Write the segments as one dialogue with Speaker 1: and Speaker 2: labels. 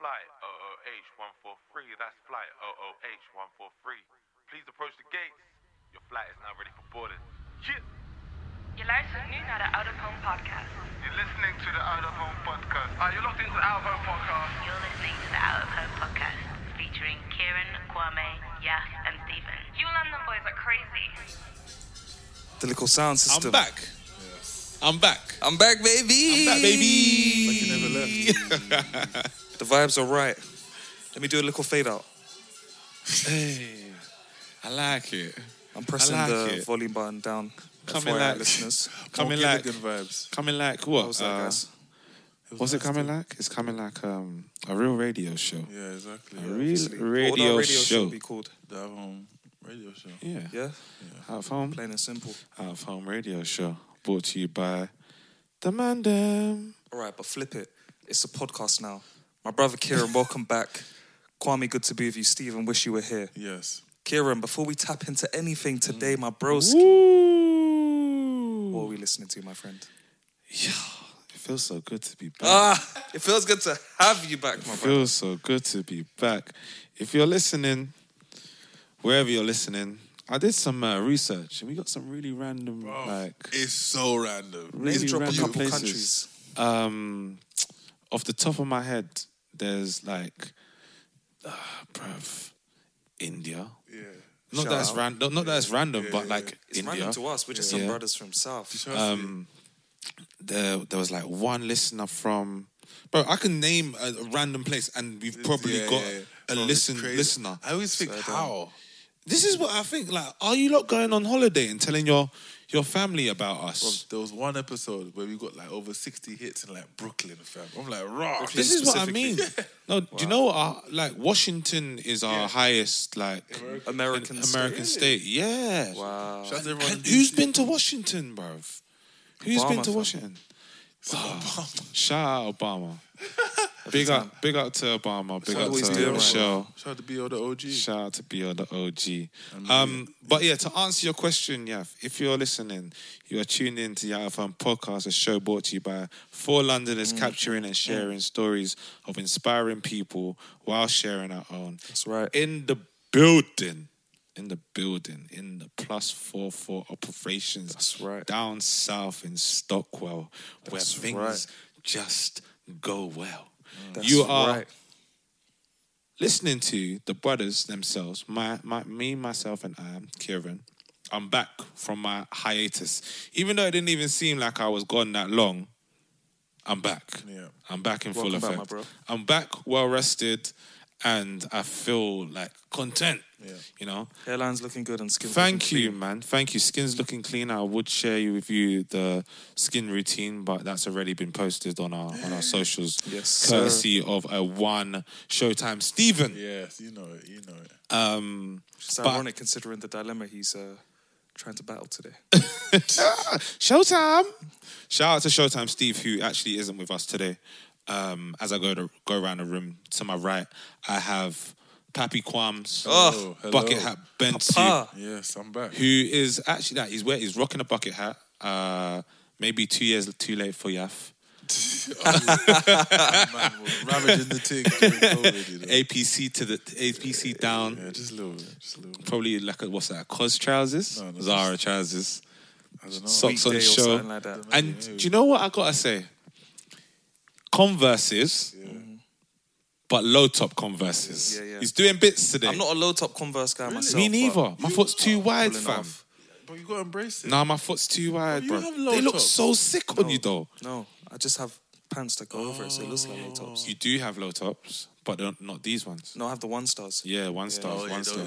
Speaker 1: Flight OOH 143, that's flight OOH 143. Please approach the gates. Your flight is now ready for boarding. Yeah.
Speaker 2: Je luistert nu naar de Out of Home podcast.
Speaker 1: You're listening to the Out of Home podcast. Are you locked into the Out of Home podcast?
Speaker 2: You're listening to the Out of Home podcast featuring Kieran, Kwame, Yas, and Stephen. You London boys are crazy.
Speaker 3: the little sound system.
Speaker 4: I'm back. I'm back.
Speaker 3: I'm back, baby.
Speaker 4: I'm back, baby. Like you never
Speaker 3: left. the vibes are right. Let me do a little fade out.
Speaker 4: Hey, I like it.
Speaker 3: I'm pressing
Speaker 4: like
Speaker 3: the
Speaker 4: it.
Speaker 3: volume button down.
Speaker 4: Coming
Speaker 3: FYI,
Speaker 4: like-
Speaker 3: listeners.
Speaker 4: Coming
Speaker 5: More
Speaker 4: like
Speaker 5: Gilligan vibes.
Speaker 4: Coming like what?
Speaker 3: What was that,
Speaker 4: uh,
Speaker 3: guys?
Speaker 4: what's it coming like? It's coming like um a real radio show.
Speaker 5: Yeah, exactly.
Speaker 4: A
Speaker 5: Yeah.
Speaker 4: real
Speaker 3: Obviously. What would our
Speaker 4: radio,
Speaker 3: radio
Speaker 4: show.
Speaker 3: be called?
Speaker 5: The Have home radio show.
Speaker 4: Yeah.
Speaker 3: Yeah,
Speaker 4: Out of home.
Speaker 3: plain and simple.
Speaker 4: Out of home radio show. Brought to you by the Mandem.
Speaker 3: All right, but flip it. It's a podcast now. My brother Kieran, welcome back. Kwame, good to be with you. Stephen, wish you were here.
Speaker 5: Yes.
Speaker 3: Kieran, before we tap into anything today, my bros, what are
Speaker 4: Woo!
Speaker 3: we listening to, my friend?
Speaker 4: Yeah, it feels so good to be back.
Speaker 3: Ah, it feels good to have you back, my brother.
Speaker 4: feels so good to be back. If you're listening, wherever you're listening, I did some uh, research and we got some really random like
Speaker 5: Oh, It's so random.
Speaker 3: Name
Speaker 4: really
Speaker 3: drop a
Speaker 4: random
Speaker 3: couple
Speaker 4: places.
Speaker 3: countries.
Speaker 4: Um, off the top of my head, there's like, uh, bruv, India.
Speaker 5: Yeah.
Speaker 4: Not
Speaker 3: Shout
Speaker 4: that's
Speaker 3: out.
Speaker 4: random. Not that's random, but like
Speaker 3: It's
Speaker 4: India.
Speaker 3: random to us. We're just some
Speaker 4: Yeah.
Speaker 3: brothers from South.
Speaker 5: Trust me.
Speaker 4: um, there there was like one listener from, bro. I can name a, a random place, and we've probably
Speaker 5: Yeah,
Speaker 4: got
Speaker 5: yeah.
Speaker 4: a
Speaker 5: Bro, it's
Speaker 4: listen
Speaker 5: crazy.
Speaker 4: listener.
Speaker 5: I always think how.
Speaker 4: This is what I think. Like, are you lot going on holiday and telling your your family about us?
Speaker 5: There was one episode where we got like over 60 hits in like Brooklyn, fam. I'm like, raw.
Speaker 3: Brooklyn.
Speaker 4: this is what I
Speaker 3: specifically.
Speaker 4: mean. No, do you know what our, like Washington is our highest like
Speaker 3: American state.
Speaker 4: American state? Yeah.
Speaker 3: Wow.
Speaker 5: Shout out to everyone. in
Speaker 4: And who's
Speaker 5: DC.
Speaker 4: been to Washington, bro? Who's
Speaker 3: Obama,
Speaker 4: been to
Speaker 3: fam.
Speaker 4: Washington? Ah, shout out Obama. big up, big up to Obama. Big
Speaker 3: what
Speaker 4: up
Speaker 3: he's
Speaker 4: to
Speaker 3: doing right
Speaker 4: Michelle.
Speaker 5: Shout out to be all the OG.
Speaker 4: Shout out to Bio the OG. Um, but yeah, to answer your question, yeah, if you're listening, you are tuned in to the Out of Home podcast, a show brought to you by four Londoners
Speaker 3: Mm.
Speaker 4: capturing and sharing stories of inspiring people while sharing our own.
Speaker 3: That's right.
Speaker 4: In the building, in the building, in the plus four four operations.
Speaker 3: That's right.
Speaker 4: Down south in Stockwell, where
Speaker 3: That's
Speaker 4: things
Speaker 3: right.
Speaker 4: just go well.
Speaker 3: That's
Speaker 4: you are
Speaker 3: right.
Speaker 4: listening to the brothers themselves, my, my me, myself, and I, Kieran, I'm back from my hiatus. Even though it didn't even seem like I was gone that long, I'm back.
Speaker 5: Yeah.
Speaker 4: I'm back in full
Speaker 3: Welcome back,
Speaker 4: effect.
Speaker 3: my bro.
Speaker 4: I'm back, well rested, and I feel like content.
Speaker 5: Yeah.
Speaker 4: You know,
Speaker 3: Hairline's looking good and skin.
Speaker 4: Thank
Speaker 3: looking
Speaker 4: you,
Speaker 3: clean.
Speaker 4: man. Thank you. Skin's looking clean. I would share you with you the skin routine, but that's already been posted on our on our socials.
Speaker 3: Yes,
Speaker 4: Courtesy of a one showtime Stephen.
Speaker 5: Yes, you know it. You know it.
Speaker 4: Um
Speaker 3: It's
Speaker 4: but-
Speaker 3: ironic considering the dilemma he's uh, trying to battle today.
Speaker 4: Showtime. Shout out to Showtime Steve, who actually isn't with us today. Um, as I go to go around the room to my right, I have Pappy Quams,
Speaker 5: Oh, hello.
Speaker 4: bucket hat Bensu,
Speaker 3: Papa.
Speaker 5: Yes, I'm back.
Speaker 4: who is actually that he's where he's rocking a bucket hat. Uh, maybe two years too late for Yaf.
Speaker 5: Man, we're ravaging the thing during COVID, you know.
Speaker 4: APC to the APC down.
Speaker 5: Yeah, just a little bit. Just a little bit.
Speaker 4: Probably like a, what's that? Cos trousers,
Speaker 5: No, no,
Speaker 4: Zara trousers,
Speaker 5: I don't know.
Speaker 4: socks on
Speaker 3: Weekday or
Speaker 4: show.
Speaker 3: something like that.
Speaker 4: And do you know what I gotta say? Converses, but low top converses.
Speaker 3: Yeah, yeah.
Speaker 4: He's doing bits today.
Speaker 3: I'm not a low top Converse guy myself.
Speaker 4: Me
Speaker 3: but
Speaker 4: neither. My foot's too wide,
Speaker 3: pulling
Speaker 4: fam.
Speaker 3: off.
Speaker 5: But you got to embrace it.
Speaker 4: Nah, my foot's too wide,
Speaker 5: you
Speaker 4: bro.
Speaker 5: have low
Speaker 4: They look
Speaker 5: tops.
Speaker 4: so sick on you, though. Oh.
Speaker 3: No, I just have pants that go over it, so it looks like low tops.
Speaker 4: You do have low tops, but they're not these ones.
Speaker 3: No, I have the one stars.
Speaker 4: Yeah, one stars,
Speaker 5: Oh, yeah,
Speaker 4: one
Speaker 5: they-
Speaker 4: stars,
Speaker 5: they-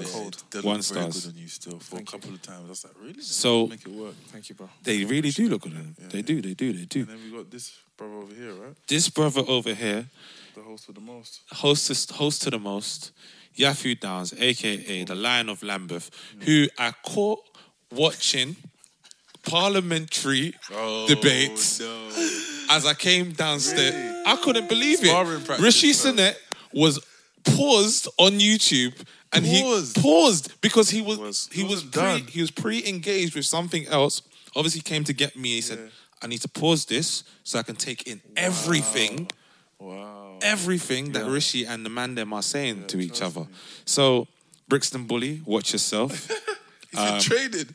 Speaker 5: They look
Speaker 4: one
Speaker 5: very
Speaker 4: stars.
Speaker 5: good on you still for
Speaker 3: Thank
Speaker 5: a
Speaker 3: you.
Speaker 5: couple of times. I was like, really?
Speaker 4: So-
Speaker 5: make it work.
Speaker 3: Thank you, bro. Uh,
Speaker 4: They really do look good. on them. They do, they do, they do.
Speaker 5: And then we got this brother over here, right?
Speaker 4: This brother over here,
Speaker 5: The host with the most.
Speaker 4: host to, host to the most, Yafu Downs, aka the Lion of Lambeth, who I caught watching parliamentary debates
Speaker 5: Oh, No.
Speaker 4: as I came downstairs. I couldn't believe
Speaker 5: Sparring
Speaker 4: it.
Speaker 5: practice,
Speaker 4: Rishi
Speaker 5: bro.
Speaker 4: Sunak was paused on YouTube. And
Speaker 5: Paused?
Speaker 4: he paused because he was,
Speaker 5: Was-
Speaker 4: he was
Speaker 5: wasn't
Speaker 4: pre,
Speaker 5: done.
Speaker 4: he was pre engaged with something else. Obviously, he came to get me. He said, "I need to pause this so I can take in everything."
Speaker 5: Wow.
Speaker 4: everything that Rishi and the man them are saying to each other. So, Brixton Bully, watch yourself.
Speaker 5: He's been traded.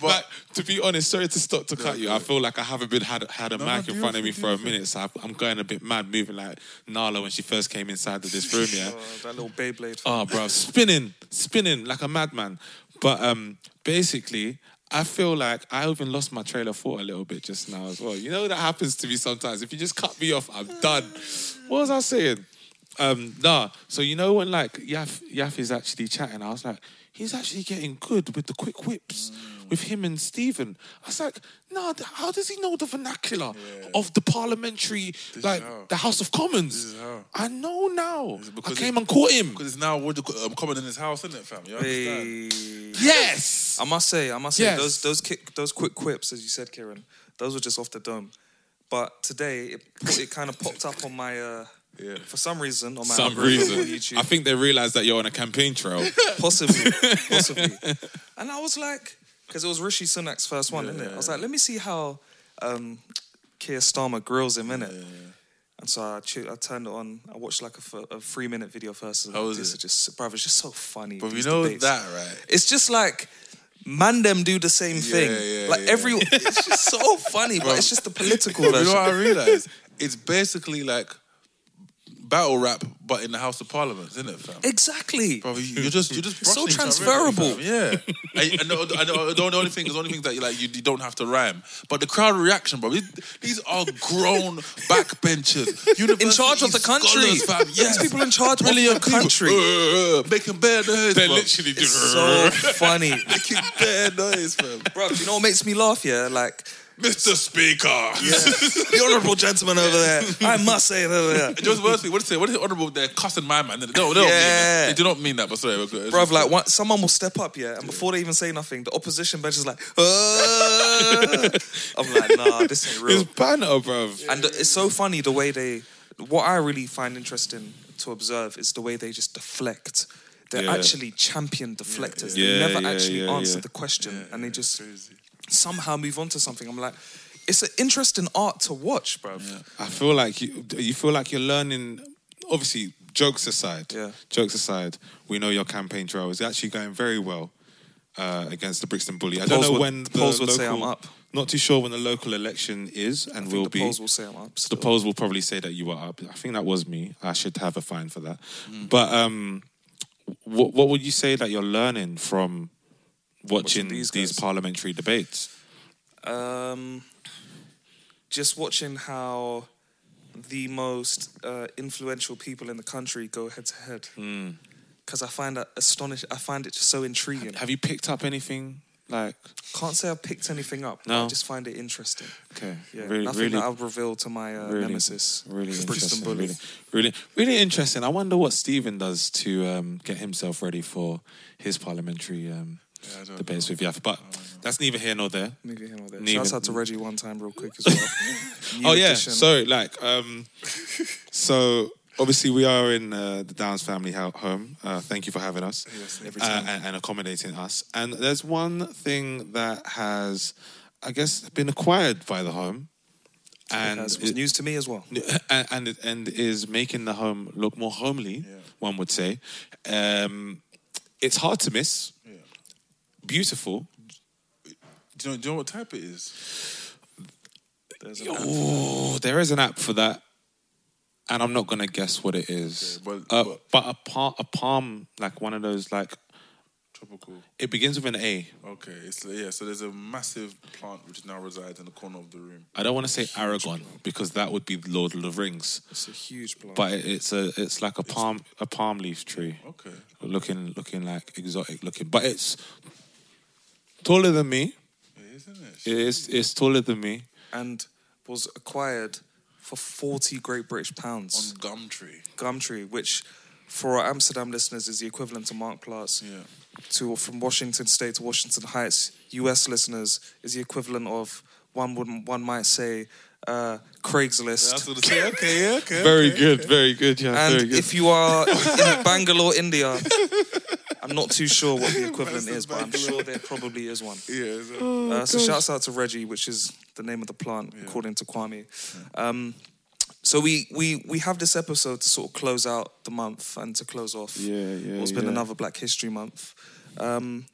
Speaker 4: but to be honest, sorry to stop to cut you. I feel like I haven't been had had a
Speaker 5: No,
Speaker 4: mic
Speaker 5: no,
Speaker 4: in front of
Speaker 5: beautiful,
Speaker 4: me for a minute, so I- I'm going a bit mad, moving like Nala when she first came inside of this room. Yeah,
Speaker 3: Uh, that little Beyblade.
Speaker 4: oh, bro, spinning, spinning like a madman. But um, basically, I feel like I even lost my trailer of thought a little bit just now as well. You know that happens to me sometimes. If you just cut me off, I'm done. What was I saying? Um, nah. So you know when like Yaf Yaf is actually chatting, I was like, he's actually getting good with the quick whips. With him and Stephen, I was like, "Nah, th- how does he know the vernacular of the parliamentary, like
Speaker 5: how.
Speaker 4: the House of Commons?"
Speaker 5: This is how.
Speaker 4: I know now. I
Speaker 5: because
Speaker 4: came
Speaker 5: it-
Speaker 4: and caught him.
Speaker 5: Because it's now what you call- um, common in his house, isn't it, fam? You understand?
Speaker 3: Hey.
Speaker 4: Yes.
Speaker 3: I must say, I must say,
Speaker 4: Yes.
Speaker 3: those those kick, those quick quips, as you said, Kieran, those were just off the dome. But today, it, it kind of popped up on my, uh,
Speaker 5: Yeah.
Speaker 3: for some reason, on my
Speaker 4: Some
Speaker 3: algorithm
Speaker 4: reason.
Speaker 3: on YouTube,
Speaker 4: I think they realized that you're on a campaign trail.
Speaker 3: possibly, possibly. And I was like, because it was Rishi Sunak's first one, isn't it? I was like, let me see how um, Keir Starmer grills him, innit? And so I, tu- I turned it on. I watched like a, f- a three minute video first.
Speaker 5: How was
Speaker 3: this
Speaker 5: it?
Speaker 3: Is just, bruv, it's just so funny.
Speaker 5: But we
Speaker 3: these
Speaker 5: know
Speaker 3: debates.
Speaker 5: that, right?
Speaker 3: It's just like man them do the same thing.
Speaker 5: yeah,
Speaker 3: like
Speaker 5: yeah.
Speaker 3: every it's just so funny, but it's just the political
Speaker 5: you know
Speaker 3: version.
Speaker 5: what I realized? It's basically like battle rap, but in the House of Parliament, isn't it, fam?
Speaker 3: Exactly.
Speaker 5: Bro, you- you're just you're just
Speaker 3: It's so
Speaker 5: brushing each other,
Speaker 3: transferable.
Speaker 5: fam. yeah. and, and the, and the, the only thing is, the only thing that you like you, you don't have to rhyme, but the crowd reaction, bro. These, these are grown backbenchers,
Speaker 3: in charge of the country.
Speaker 5: scholars, fam. Yes,
Speaker 3: These people in charge of the
Speaker 5: Brilliant people.
Speaker 3: country.
Speaker 5: Uh, making bad noise.
Speaker 4: They're
Speaker 5: bro.
Speaker 4: literally
Speaker 3: It's
Speaker 4: just
Speaker 3: so funny.
Speaker 5: making bad noise, fam.
Speaker 3: Bro, do you know what makes me laugh? Yeah, like
Speaker 5: Mr. Speaker.
Speaker 3: the honourable gentleman over there. I must say, over there.
Speaker 5: Just worse, what is it? What is it? Honorable, they're cussing my man. They don't, they don't
Speaker 3: Yeah.
Speaker 5: mean that. They do not mean that, but sorry. okay.
Speaker 3: Bruv, like one, someone will step up, yeah, and before they even say nothing, the opposition bench is like, "Uh." I'm like, nah, this ain't real.
Speaker 4: It's banter, bruv.
Speaker 3: And it's so funny the way they. What I really find interesting to observe is the way they just deflect. They're
Speaker 4: Yeah.
Speaker 3: actually champion deflectors.
Speaker 4: yeah. Yeah,
Speaker 3: they never
Speaker 4: yeah,
Speaker 3: actually
Speaker 4: yeah,
Speaker 3: answer
Speaker 4: yeah.
Speaker 3: the question, and they just somehow move on to something. I'm like, it's an interesting art to watch, bruv.
Speaker 4: I feel like you, you feel like you're learning. Obviously, jokes aside,
Speaker 3: Yeah.
Speaker 4: jokes aside, we know your campaign trail is actually going very well uh, against the Brixton Bully. I don't
Speaker 3: polls
Speaker 4: know
Speaker 3: would-
Speaker 4: when
Speaker 3: the
Speaker 4: the
Speaker 3: polls would say
Speaker 4: local-
Speaker 3: I'm up.
Speaker 4: Not too sure when the local election is and
Speaker 3: I think
Speaker 4: will
Speaker 3: the
Speaker 4: be.
Speaker 3: polls will say I'm up.
Speaker 4: the
Speaker 3: still.
Speaker 4: polls will probably say that you were up. I think that was me. I should have a fine for that. But um, what what would you say that you're learning from watching,
Speaker 3: Watching these
Speaker 4: these,
Speaker 3: guys.
Speaker 4: parliamentary debates?
Speaker 3: Um, just watching how the most uh, influential people in the country go head to head.
Speaker 4: Hmm.
Speaker 3: Because I find that astonishing. I find it just so intriguing.
Speaker 4: Have you picked up anything? Like,
Speaker 3: Can't say I picked anything up.
Speaker 4: No.
Speaker 3: I just find it interesting.
Speaker 4: okay,
Speaker 3: Yeah,
Speaker 4: really,
Speaker 3: nothing
Speaker 4: really,
Speaker 3: that I'll reveal to my uh,
Speaker 4: really,
Speaker 3: nemesis,
Speaker 4: really
Speaker 3: Brixton
Speaker 4: interesting.
Speaker 3: Bully.
Speaker 4: Really, really, really interesting. I wonder what Stephen does to um, get himself ready for his parliamentary um,
Speaker 5: I don't
Speaker 4: debates with Yaf. But that's neither here nor there.
Speaker 3: Neither here nor there.
Speaker 4: Neither-
Speaker 3: Shouts out to Reggie one time, real quick as well. New
Speaker 4: oh yeah
Speaker 3: edition.
Speaker 4: sorry like um so obviously we are in uh, the downs family ho- home uh, thank you for having us
Speaker 3: Yes, every
Speaker 4: uh,
Speaker 3: time.
Speaker 4: and, and accommodating us and there's one thing that has i guess been acquired by the home and
Speaker 3: Because it was
Speaker 4: it-
Speaker 3: news to me as well.
Speaker 4: and and, it- and is making the home look more homely. One would say, um, it's hard to miss. Beautiful.
Speaker 5: do, you know, do you know what type it is?
Speaker 4: Oh, there is an app for that, and I'm not gonna guess what it is.
Speaker 5: Okay, well,
Speaker 4: Uh,
Speaker 5: well-
Speaker 4: but a palm, a palm, like one of those, like
Speaker 5: Tropical.
Speaker 4: It begins with an A.
Speaker 5: Okay, it's yeah. So there's a massive plant which now resides in the corner of the room.
Speaker 4: I don't want to say Aragon because that would be Lord of the Rings,
Speaker 3: It's a huge plant.
Speaker 4: but it- it's a it's like a palm a palm leaf tree,
Speaker 5: Okay.
Speaker 4: looking looking like exotic looking, but it's taller than me.
Speaker 5: It is, isn't it?
Speaker 4: It's it's taller than me.
Speaker 3: and was acquired for 40 Great British pounds.
Speaker 5: On Gumtree.
Speaker 3: Gumtree, which for our Amsterdam listeners is the equivalent to Mark Platz.
Speaker 5: Yeah.
Speaker 3: To from Washington State to Washington Heights, US listeners is the equivalent of one would one might say uh, Craigslist.
Speaker 5: That's what I say. Okay, yeah, okay.
Speaker 4: Very good, very good. Yeah, very
Speaker 3: and
Speaker 4: good.
Speaker 3: if you are in Bangalore, India, I'm not too sure what the equivalent
Speaker 5: Where's
Speaker 3: is,
Speaker 5: the
Speaker 3: but I'm sure
Speaker 5: Bangalore?
Speaker 3: there probably is one.
Speaker 5: Yeah. Is it?
Speaker 3: Uh, so shouts out to Reggie, which is the name of the plant, according to Kwame. Um, so we, we we have this episode to sort of close out the month and to close off
Speaker 4: Yeah, yeah,
Speaker 3: what's been
Speaker 4: yeah.
Speaker 3: another Black History Month. Um,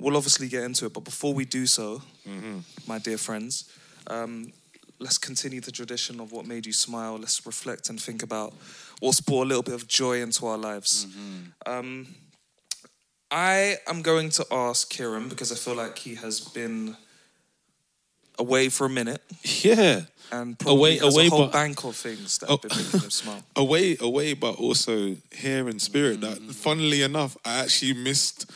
Speaker 3: we'll obviously get into it, but before we do so,
Speaker 4: Mm-hmm.
Speaker 3: my dear friends, um, let's continue the tradition of what made you smile. Let's reflect and think about what's brought a little bit of joy into our lives.
Speaker 4: Mm-hmm.
Speaker 3: Um, I am going to ask Kieran because I feel like he has been away for a minute
Speaker 4: yeah,
Speaker 3: and probably
Speaker 4: Away-
Speaker 3: has
Speaker 4: away,
Speaker 3: a whole
Speaker 4: but-
Speaker 3: bank of things
Speaker 5: Oh.
Speaker 3: that have been making him smile.
Speaker 4: away, away, but also here in spirit. That
Speaker 5: Mm-hmm.
Speaker 4: funnily enough, I actually missed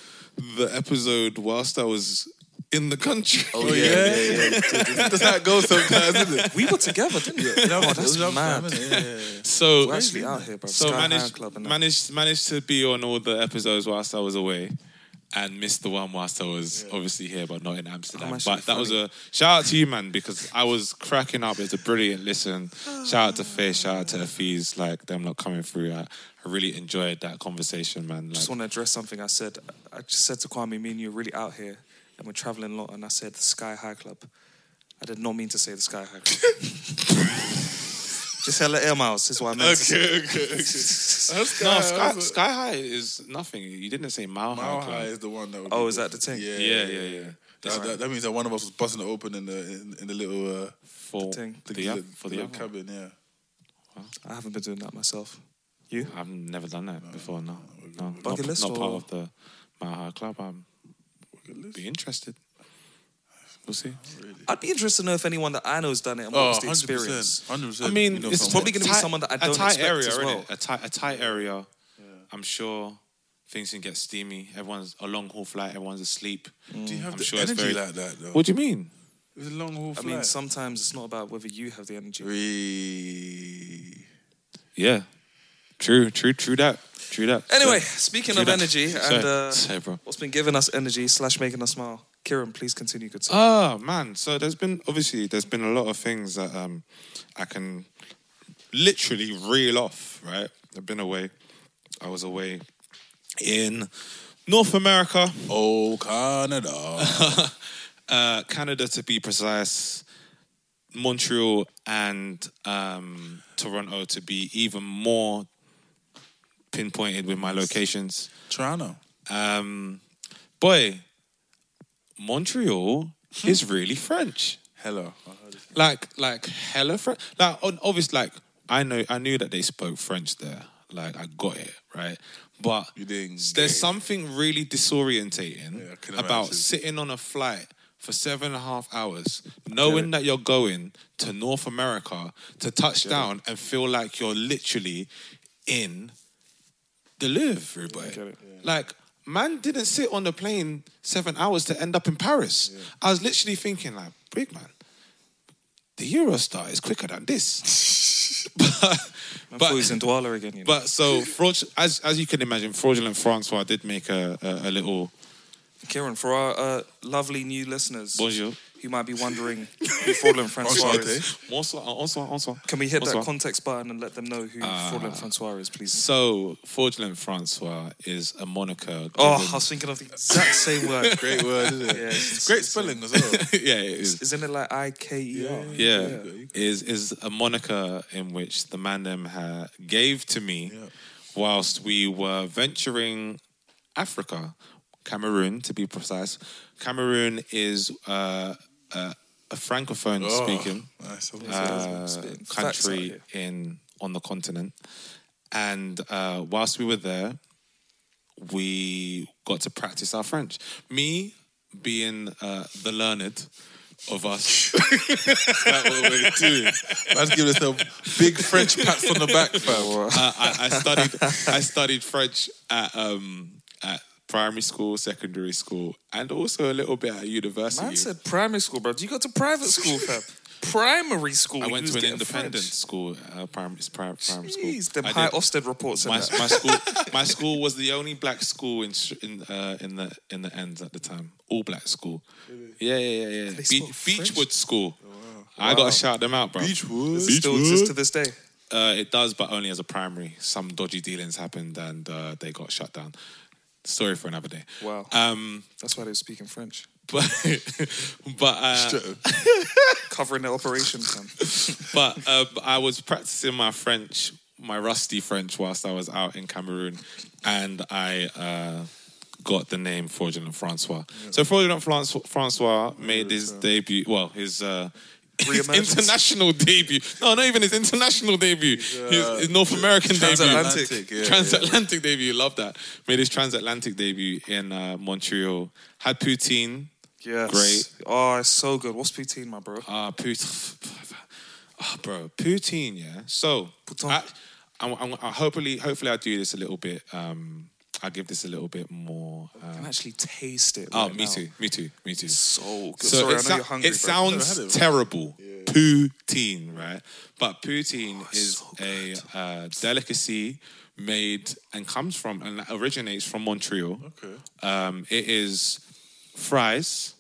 Speaker 4: the episode whilst I was in the country.
Speaker 5: Oh yeah, yeah, yeah. Does that go sometimes? Isn't it?
Speaker 3: We were together, didn't we?
Speaker 5: No,
Speaker 3: oh, that's
Speaker 5: it was
Speaker 3: mad.
Speaker 5: love, isn't it? Yeah, yeah, yeah.
Speaker 4: So
Speaker 3: We're actually out here, bro.
Speaker 4: So
Speaker 3: Sky High
Speaker 4: managed,
Speaker 3: Club and that.
Speaker 4: managed managed to be on all the episodes whilst I was away, and missed the one whilst I was obviously here, but not in Amsterdam.
Speaker 3: I'm
Speaker 4: But
Speaker 3: actually
Speaker 4: that was a shout out to you, man, because I was cracking up. It's a brilliant listen. Shout out to Faye, shout out to Hafiz, like them not coming through. I, I really enjoyed that conversation, man. Like,
Speaker 3: just want to address something I said. I just said to Kwame, me and you are really out here and we're traveling a lot, and I said the Sky High Club. I did not mean to say the Sky High Club. just hella air miles is what I meant. To say.
Speaker 5: Okay, okay, okay. That's
Speaker 4: no,
Speaker 5: kinda-
Speaker 4: Sky,
Speaker 5: that's-
Speaker 4: Sky High is nothing. You didn't say Mile,
Speaker 5: Mile
Speaker 4: High. Club.
Speaker 5: High is the one that. Would
Speaker 3: Oh,
Speaker 5: be
Speaker 3: is that the
Speaker 5: good.
Speaker 3: thing?
Speaker 5: Yeah,
Speaker 4: Yeah, yeah, yeah.
Speaker 5: That, that, that means that one of us was busting it open in the in, in the little uh,
Speaker 4: For the,
Speaker 3: thing.
Speaker 4: the,
Speaker 5: little-
Speaker 4: for the,
Speaker 5: little
Speaker 4: other one.
Speaker 5: cabin. Yeah.
Speaker 3: I haven't been doing that myself. You?
Speaker 4: I've never done that before. No, no,
Speaker 3: Bucket
Speaker 4: not,
Speaker 3: list
Speaker 4: not part
Speaker 3: or-
Speaker 4: of the Mile High Club. I'm be interested. We'll see.
Speaker 3: I'd be interested to know if anyone that I know has done it and what
Speaker 5: Oh,
Speaker 3: was the
Speaker 5: 100
Speaker 3: experience.
Speaker 5: percent. Hundred
Speaker 4: I
Speaker 5: percent.
Speaker 4: mean, it's
Speaker 3: probably
Speaker 4: a
Speaker 3: gonna be
Speaker 4: tight-
Speaker 3: someone that I
Speaker 4: a
Speaker 3: don't
Speaker 4: tight
Speaker 3: expect
Speaker 4: area,
Speaker 3: as
Speaker 4: innit?
Speaker 3: well.
Speaker 4: A tight, a tight area. I'm sure things can get steamy. Everyone's a long haul flight. Everyone's asleep.
Speaker 5: Do you have
Speaker 4: I'm
Speaker 5: the
Speaker 4: sure it's
Speaker 5: energy
Speaker 4: very-
Speaker 5: like that though?
Speaker 4: What do you mean?
Speaker 5: It was a long haul
Speaker 3: I
Speaker 5: flight.
Speaker 3: mean, sometimes it's not about whether you have the energy.
Speaker 5: Re-
Speaker 4: Yeah, true, true, true that, true that.
Speaker 3: Anyway,
Speaker 4: So-
Speaker 3: speaking
Speaker 4: true
Speaker 3: of
Speaker 4: that.
Speaker 3: energy
Speaker 4: Sorry,
Speaker 3: and uh,
Speaker 4: sorry, bro.
Speaker 3: what's been giving us energy slash making us smile, Kieran, please continue. Good sir.
Speaker 4: Oh man, so there's been obviously there's been a lot of things that um I can literally reel off, right? I've been away. I was away in North America,
Speaker 5: oh Canada.
Speaker 4: uh, Canada to be precise, Montreal and um, Toronto to be even more pinpointed with my locations.
Speaker 5: Toronto.
Speaker 4: Um, boy, Montreal is really French.
Speaker 5: Hello.
Speaker 4: like like hella French. Like on obvious like I know I knew that they spoke French there. Like I got it right, but
Speaker 5: You didn't get it.
Speaker 4: there's something really disorientating
Speaker 5: Yeah, I can
Speaker 4: about
Speaker 5: imagine.
Speaker 4: sitting on a flight for seven and a half hours, knowing that you're going to North America to touch down and feel like you're literally in the Louvre, boy. Like, man didn't sit on the plane seven hours to end up in Paris. I was literally thinking, like, big man, the Eurostar is quicker than this. but,
Speaker 3: But,
Speaker 4: but,
Speaker 3: he's in Douala again. You know?
Speaker 4: but so, fraud, as, as you can imagine, fraudulent Francois did make a, a, a little
Speaker 3: Kieran, for our uh, lovely new listeners
Speaker 4: bonjour.
Speaker 3: who might be wondering who Fraudulent Francois
Speaker 5: Okay.
Speaker 3: is,
Speaker 4: Bonsoir, bonsoir, bonsoir.
Speaker 3: can we hit that
Speaker 4: Bonsoir. Ah.
Speaker 3: context button and let them know who Fraudulent Francois is, please?
Speaker 4: So, fraudulent Francois is a moniker.
Speaker 3: Oh,
Speaker 4: given-
Speaker 3: I was thinking of the exact same word.
Speaker 5: Great word, isn't it?
Speaker 3: Yeah, it's-
Speaker 5: Great spelling as well.
Speaker 4: yeah, it is.
Speaker 3: Isn't it like I K E R?
Speaker 4: yeah, is is a moniker in which the man them ha- gave to me
Speaker 5: Yeah.
Speaker 4: whilst we were venturing Africa, Cameroon to be precise. Cameroon is uh, uh, a francophone
Speaker 5: Oh,
Speaker 4: speaking
Speaker 5: Nice.
Speaker 4: uh,
Speaker 3: Spitting facts out
Speaker 4: country
Speaker 3: here.
Speaker 4: in on the continent, and uh, whilst we were there, we got to practice our French. Me being uh, the learned of us,
Speaker 5: That's what we're doing. Man's giving himself big French pats on the back, fam.
Speaker 4: uh, I, I studied I studied French at um, at primary school, secondary school, and also a little bit at university.
Speaker 3: Man said primary school, bro. You go to private school, fam. primary school.
Speaker 4: I went
Speaker 3: you
Speaker 4: to an
Speaker 3: get
Speaker 4: independent
Speaker 3: French.
Speaker 4: school, uh, primary, it's pri- primary school.
Speaker 3: Jeez, them
Speaker 4: I
Speaker 3: high
Speaker 4: did-
Speaker 3: Ofsted reports. in
Speaker 4: my,
Speaker 3: that.
Speaker 4: my school my school was the only black school in Sh- in uh, in the in the ends at the time. All black school. Yeah, yeah, yeah, yeah.
Speaker 3: They
Speaker 4: Be-
Speaker 3: spoke French? Oh,
Speaker 4: Beachwood School. I gotta shout them out, bro.
Speaker 5: Beachwood.
Speaker 3: It still exists to this day.
Speaker 4: Uh, it does, but only as a primary. Some dodgy dealings happened, and uh, they got shut down. Story for another day.
Speaker 3: Wow.
Speaker 4: Um,
Speaker 3: That's why they were speaking French.
Speaker 4: but but uh,
Speaker 3: Covering their operations, fam.
Speaker 4: but uh, I was practicing my French, my rusty French, whilst I was out in Cameroon, and I uh, got the name Fraudulent Francois. So Fraudulent Francois, Francois made his debut. Well, his. Uh, his
Speaker 3: Re-emergence.
Speaker 4: international debut. No, not even his international debut. his, his North American debut.
Speaker 3: Transatlantic.
Speaker 5: yeah,
Speaker 4: transatlantic debut. Love that. Made his transatlantic debut in uh, Montreal. Had poutine.
Speaker 3: Yes.
Speaker 4: Great.
Speaker 3: Oh, it's so good. What's poutine, my bro?
Speaker 4: Ah, poutine. Ah, bro, poutine. Yeah. So, I, I'm, I'm, I hopefully, hopefully, I do this a little bit. Um, I give this a little bit more. Uh,
Speaker 3: I can actually taste it.
Speaker 4: oh,
Speaker 3: right
Speaker 4: me
Speaker 3: now.
Speaker 4: too. Me too. Me too.
Speaker 3: So good.
Speaker 4: So
Speaker 3: Sorry, I
Speaker 4: it,
Speaker 3: know
Speaker 4: sou-
Speaker 3: you're hungry.
Speaker 4: it
Speaker 3: bro.
Speaker 4: sounds terrible. Poutine, right? But
Speaker 3: Oh,
Speaker 4: poutine is a uh, delicacy made and comes from and originates from Montreal.
Speaker 5: Okay.
Speaker 4: Um, it is fries,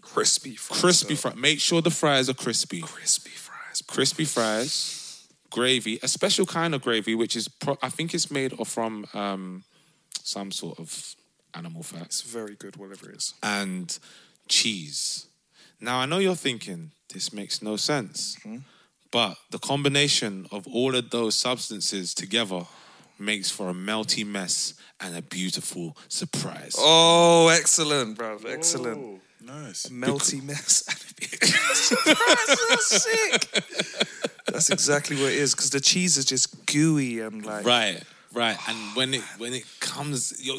Speaker 3: crispy, fries,
Speaker 4: crispy
Speaker 3: though.
Speaker 4: fries. Make sure the fries are crispy.
Speaker 3: crispy fries. bro.
Speaker 4: crispy fries, gravy, a special kind of gravy, which is pro- I think it's made of from um, some sort of animal fat
Speaker 3: It's very good, whatever it is.
Speaker 4: and cheese. Now I know you're thinking this makes no sense,
Speaker 3: Mm-hmm.
Speaker 4: but the combination of all of those substances together makes for a melty mess and a beautiful surprise.
Speaker 3: Oh, excellent, bro. Excellent.
Speaker 5: Nice.
Speaker 3: melty mess. That's so sick. That's exactly what it is because the cheese is just gooey and like
Speaker 4: Right, right, and when it when it comes, your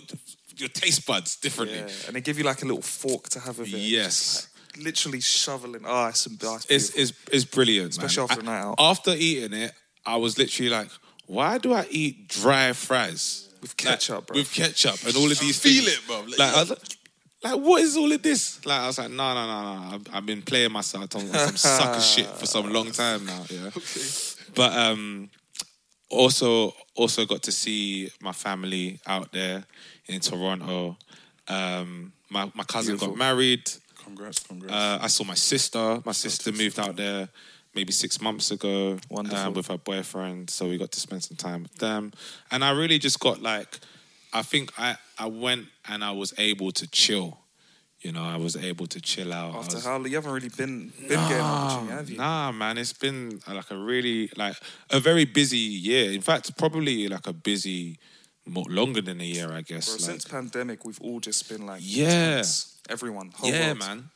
Speaker 4: your taste buds differently.
Speaker 3: Yeah, and they give you like a little fork to have with it.
Speaker 4: Yes.
Speaker 3: Just, like, literally shoveling. Oh, it's, some- oh, it's
Speaker 4: It's
Speaker 3: beautiful.
Speaker 4: it's it's brilliant,
Speaker 3: Especially
Speaker 4: man.
Speaker 3: after a night out.
Speaker 4: After eating it, I was literally like, "Why do I eat dry fries
Speaker 3: With
Speaker 4: Like,
Speaker 3: ketchup, bro.
Speaker 4: With ketchup and all of these
Speaker 5: feel
Speaker 4: things.
Speaker 5: it, bro. Like,
Speaker 4: Like, I was like, like, what is all of this? Like, I was like, "No, no, no, no. I've, I've been playing myself on some sucker shit for some long time now." Yeah. But um, also also got to see my family out there in Toronto. Um, my my cousin got married.
Speaker 5: Congrats, congrats.
Speaker 4: Uh, I saw my sister. My sister moved out there maybe six months ago um,
Speaker 3: Wonderful.
Speaker 4: with her boyfriend, so we got to spend some time with them. And I really just got like, I think I I went and I was able to chill. You know, I was able to chill out. I
Speaker 3: after
Speaker 4: was-
Speaker 3: how long? You haven't really been been getting opportunity, have you?
Speaker 4: Nah, man, it's been uh, like a really like a very busy year. In fact, probably like a busy more, longer than a year, I guess.
Speaker 3: Bro,
Speaker 4: like-
Speaker 3: since pandemic, we've all just been like
Speaker 4: Yeah.
Speaker 3: tense. everyone. Whole
Speaker 4: yeah,
Speaker 3: world.
Speaker 4: man.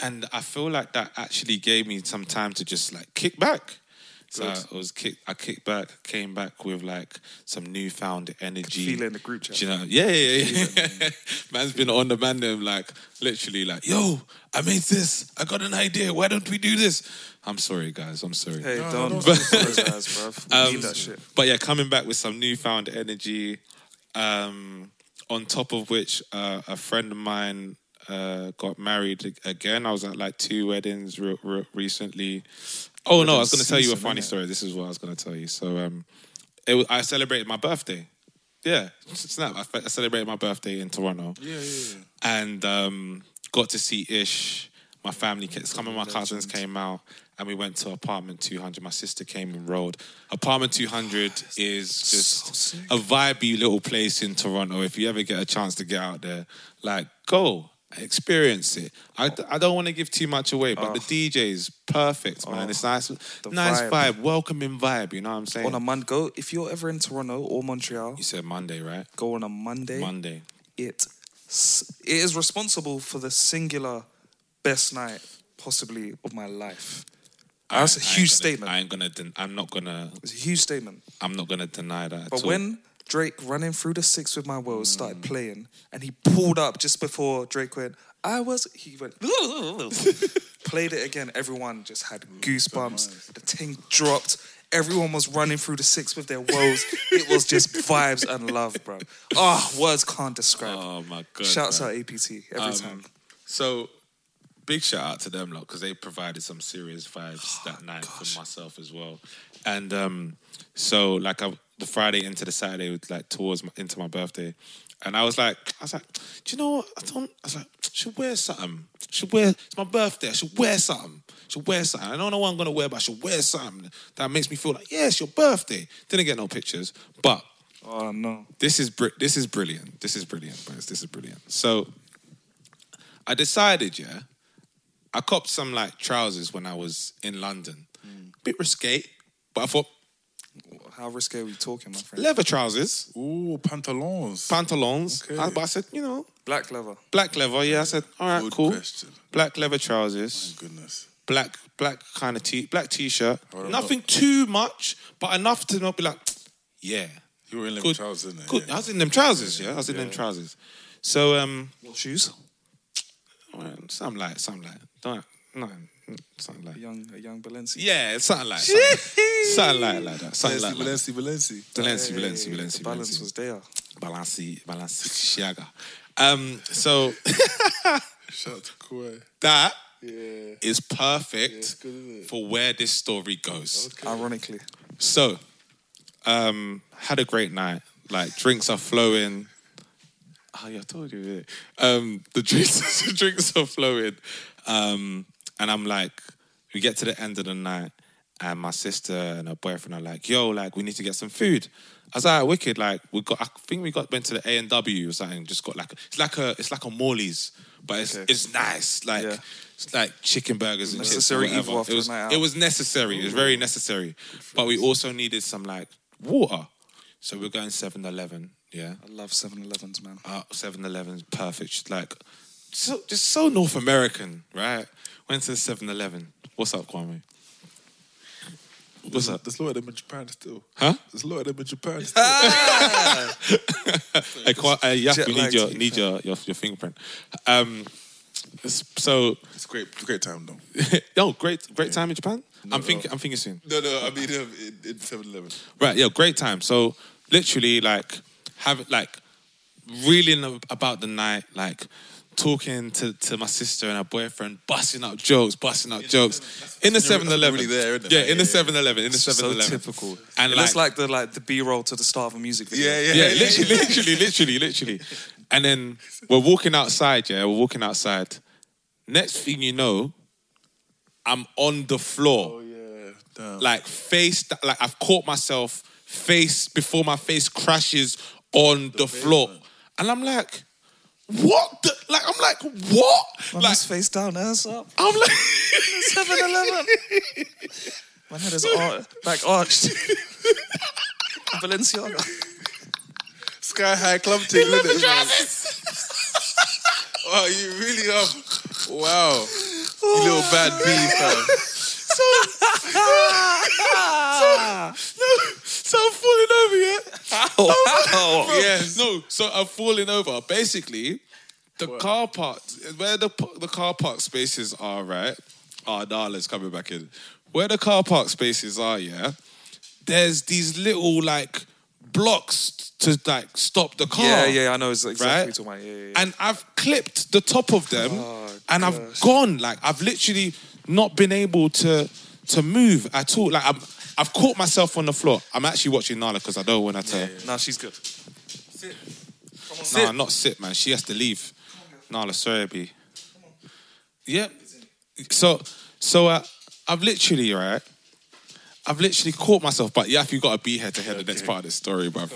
Speaker 4: And I feel like that actually gave me some time to just like kick back. So
Speaker 3: Good.
Speaker 4: I was kick. I kicked back, came back with like some newfound energy.
Speaker 3: Feel it in the group chat.
Speaker 4: Do you know? Yeah, yeah, yeah. Man's been on the man them like literally like, yo, I made this. I got an idea. Why don't we do this? I'm sorry, guys. I'm sorry.
Speaker 3: Hey, don't apologize, bro. We
Speaker 4: Um,
Speaker 3: need that shit.
Speaker 4: But yeah, coming back with some newfound energy. Um, on top of which, uh, a friend of mine uh, got married again. I was at like two weddings re- re- recently. Oh no, I was going to tell you a
Speaker 3: season,
Speaker 4: funny
Speaker 3: innit?
Speaker 4: story. This is what I was going to tell you. So um, it was, I celebrated my birthday. Yeah, snap! I, fe- I celebrated my birthday in Toronto. Yeah, yeah, yeah. And um, got to see Ish. My family, ca- some of my cousins came out, and we went to apartment 200. My sister came and rolled. Apartment 200 is just a vibey little place in Toronto. If you ever get a chance to get out there, like go experience it. I, I don't want to give too much away, but the DJ is perfect, man. It's nice, nice
Speaker 3: vibe.
Speaker 4: vibe. welcoming vibe. You know what I'm saying?
Speaker 3: On a Monday, go if you're ever in Toronto or Montreal,
Speaker 4: you said Monday, right?
Speaker 3: go on a Monday.
Speaker 4: Monday.
Speaker 3: it s- it is responsible for the singular best night possibly of my life. That's a
Speaker 4: I ain't
Speaker 3: huge
Speaker 4: gonna-
Speaker 3: statement.
Speaker 4: I ain't gonna. Den- I'm not gonna.
Speaker 3: It's a huge statement.
Speaker 4: I'm not gonna deny that.
Speaker 3: But
Speaker 4: at all.
Speaker 3: when Drake running through the six with my world started playing, and he pulled up just before Drake went. I was. He went. played it again. Everyone just had goosebumps. The thing dropped. Everyone was running through the six with their woes. it was just vibes and love, bro. Ah, words can't describe.
Speaker 4: Oh my god!
Speaker 3: Shouts
Speaker 4: man. Um,
Speaker 3: out APT every time.
Speaker 4: So, big shout out to them, lot because they provided some serious vibes that night for myself as well. And um, so, like, I, the Friday into the Saturday, was, like towards my, into my birthday, and I was like, I was like, do you know what? I don't. I was like, should wear something. Should wear. It's my birthday. I should wear something. Should wear something. I don't know what I'm gonna wear, but I should wear something that makes me feel like, yeah, it's your birthday. Didn't get no pictures, but
Speaker 3: Oh no.
Speaker 4: this is br- this is brilliant. This is brilliant, boys. This is brilliant. So I decided, yeah, I copped some like trousers when I was in London.
Speaker 5: Mm.
Speaker 4: Bit risque, but I thought
Speaker 3: How risky are we talking, my friend?
Speaker 4: leather trousers,
Speaker 5: Ooh, pantalons.
Speaker 4: pantalons.
Speaker 5: Okay.
Speaker 4: I, but I said, you know,
Speaker 3: Black leather.
Speaker 4: black leather. Yeah, I said, all right,
Speaker 5: Good
Speaker 4: cool.
Speaker 5: question.
Speaker 4: Black leather trousers,
Speaker 5: Goodness.
Speaker 4: black black kind of t black t shirt.
Speaker 5: Alright,
Speaker 4: Nothing too much, but enough to not be like, yeah.
Speaker 5: You were in them
Speaker 4: Good,
Speaker 5: trousers, innit?
Speaker 4: good. I was in them trousers. Yeah, I was in them trousers. So um.
Speaker 3: Shoes.
Speaker 4: Well, something like, something like, don't, no, something like.
Speaker 3: A young, a young Balenciaga.
Speaker 4: Yeah, something like, something, something like, like that. Something like, like
Speaker 5: Valenci, Valenci.
Speaker 4: Valenci, Valenci,
Speaker 3: Hey,
Speaker 4: Valenci,
Speaker 3: the balance was
Speaker 4: Valenci,
Speaker 3: there.
Speaker 4: Balenci, Balenciaga. Um, so
Speaker 5: Shout out to Kawhi.
Speaker 4: that
Speaker 5: Yeah.
Speaker 4: is
Speaker 5: Yeah, it's
Speaker 4: perfect
Speaker 5: good, isn't it?
Speaker 4: for where this story goes.
Speaker 3: Ironically,
Speaker 4: So, um, had a great night. Like drinks are flowing. Oh, yeah, I told you. innit? Um, the drinks, the drinks are flowing. Um, and I'm like, we get to the end of the night, and my sister and her boyfriend are like, "Yo, like, we need to get some food." I was like, "Wicked!" Like, we got. I think we got went to the A and W or something. Just got like, it's like a, it's like a Morley's, but it's
Speaker 3: Okay.
Speaker 4: it's nice. Like,
Speaker 3: Yeah.
Speaker 4: it's like chicken burgers and chips or
Speaker 3: Necessary evil
Speaker 4: whatever.
Speaker 3: after
Speaker 4: it
Speaker 3: a
Speaker 4: was,
Speaker 3: night out.
Speaker 4: It was necessary. It was very necessary. But we also needed some like water. So we're going 7 Eleven. Yeah.
Speaker 3: I love 7-Elevens, man.
Speaker 4: Uh, 7 Eleven's perfect. Like, so, just so North American, right? Went to 7 Eleven. What's up, Kwame? What's up?
Speaker 5: There's a lot of them in Japan still.
Speaker 4: Huh?
Speaker 5: There's a lot of them in Japan still.
Speaker 4: Hey, Kwa- hey, Yaf,
Speaker 3: jet
Speaker 4: we need
Speaker 3: lagged
Speaker 4: your
Speaker 3: to be
Speaker 4: need your, your your fingerprint. Um, s- so
Speaker 5: It's great, great time though.
Speaker 4: yo, great great time in Japan. I'm thinking I'm thinking soon.
Speaker 5: No, no, I mean um, in, in 7-Eleven.
Speaker 4: Right, yeah, great time. So literally like have like reeling about the night, like talking to, to my sister and her boyfriend, busting out jokes, busting out jokes. In the
Speaker 5: you're
Speaker 4: 7 Eleven.
Speaker 5: really there, innit?
Speaker 4: Yeah,
Speaker 5: Like,
Speaker 4: in the
Speaker 5: yeah,
Speaker 4: 7 Eleven. In the 7
Speaker 3: So
Speaker 4: Eleven.
Speaker 3: typical.
Speaker 4: And
Speaker 3: it
Speaker 4: like,
Speaker 3: looks like the like the B roll to the start of a music video.
Speaker 5: Yeah, yeah,
Speaker 4: yeah, literally, literally, literally, literally. And then we're walking outside, yeah, we're walking outside. Next thing you know, I'm on the floor.
Speaker 5: Oh yeah, damn.
Speaker 4: like face like I've caught myself face before my face crashes on the, floor. And I'm like, what the like I'm like, what?
Speaker 3: Man,
Speaker 4: like
Speaker 3: his face down, ass up.
Speaker 4: I'm like
Speaker 3: 7-Eleven. Man had his ar- back arched. Balenciaga.
Speaker 5: Sky High Club thing. innit, man? Oh, you really are. Wow, you little bad bee, fam.
Speaker 3: Ah!
Speaker 4: so I'm falling over, yeah.
Speaker 3: Wow.
Speaker 4: Bro, No, so I'm falling over. Basically, the car park where the p- the car park spaces are, right? Ah, Nala's coming back in. Where the car park spaces are, yeah. There's these little like blocks to like stop the car.
Speaker 3: Yeah, yeah, I know it's
Speaker 4: Right?
Speaker 3: exactly what you're talking about. Yeah, yeah, Oh, yeah.
Speaker 4: And I've clipped the top of them and I've gone. Like I've literally not been able to to move at all. Like I'm I've caught myself on the floor. I'm actually watching Nala because I don't want her to
Speaker 3: Nah, she's good.
Speaker 4: Nah, not sit, man. She has to leave. Nala, sorry, B. Yep. So, so uh, I've literally, right? I've literally caught myself, but yeah, if you got to be here to hear the next part of this story, bruv.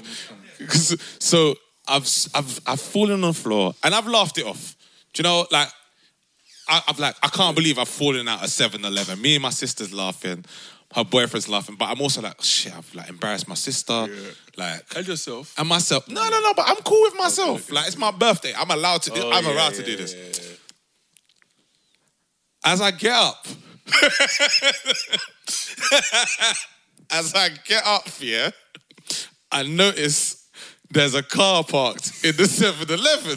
Speaker 4: 'Cause- So I've, s- I've, I've fallen on the floor and I've laughed it off. Do you know, like, I, I'm like, I can't believe I've fallen out of 7 Eleven. Me and my sister's laughing, her boyfriend's laughing, but I'm also like, shit, I've like embarrassed my sister. Like,
Speaker 5: And yourself.
Speaker 4: and myself. No, no, no, but I'm cool with myself. Like it's my birthday. I'm allowed to do I'm allowed to do this. As I get up. As I get up, yeah, I notice There's a car parked in the 7 Eleven.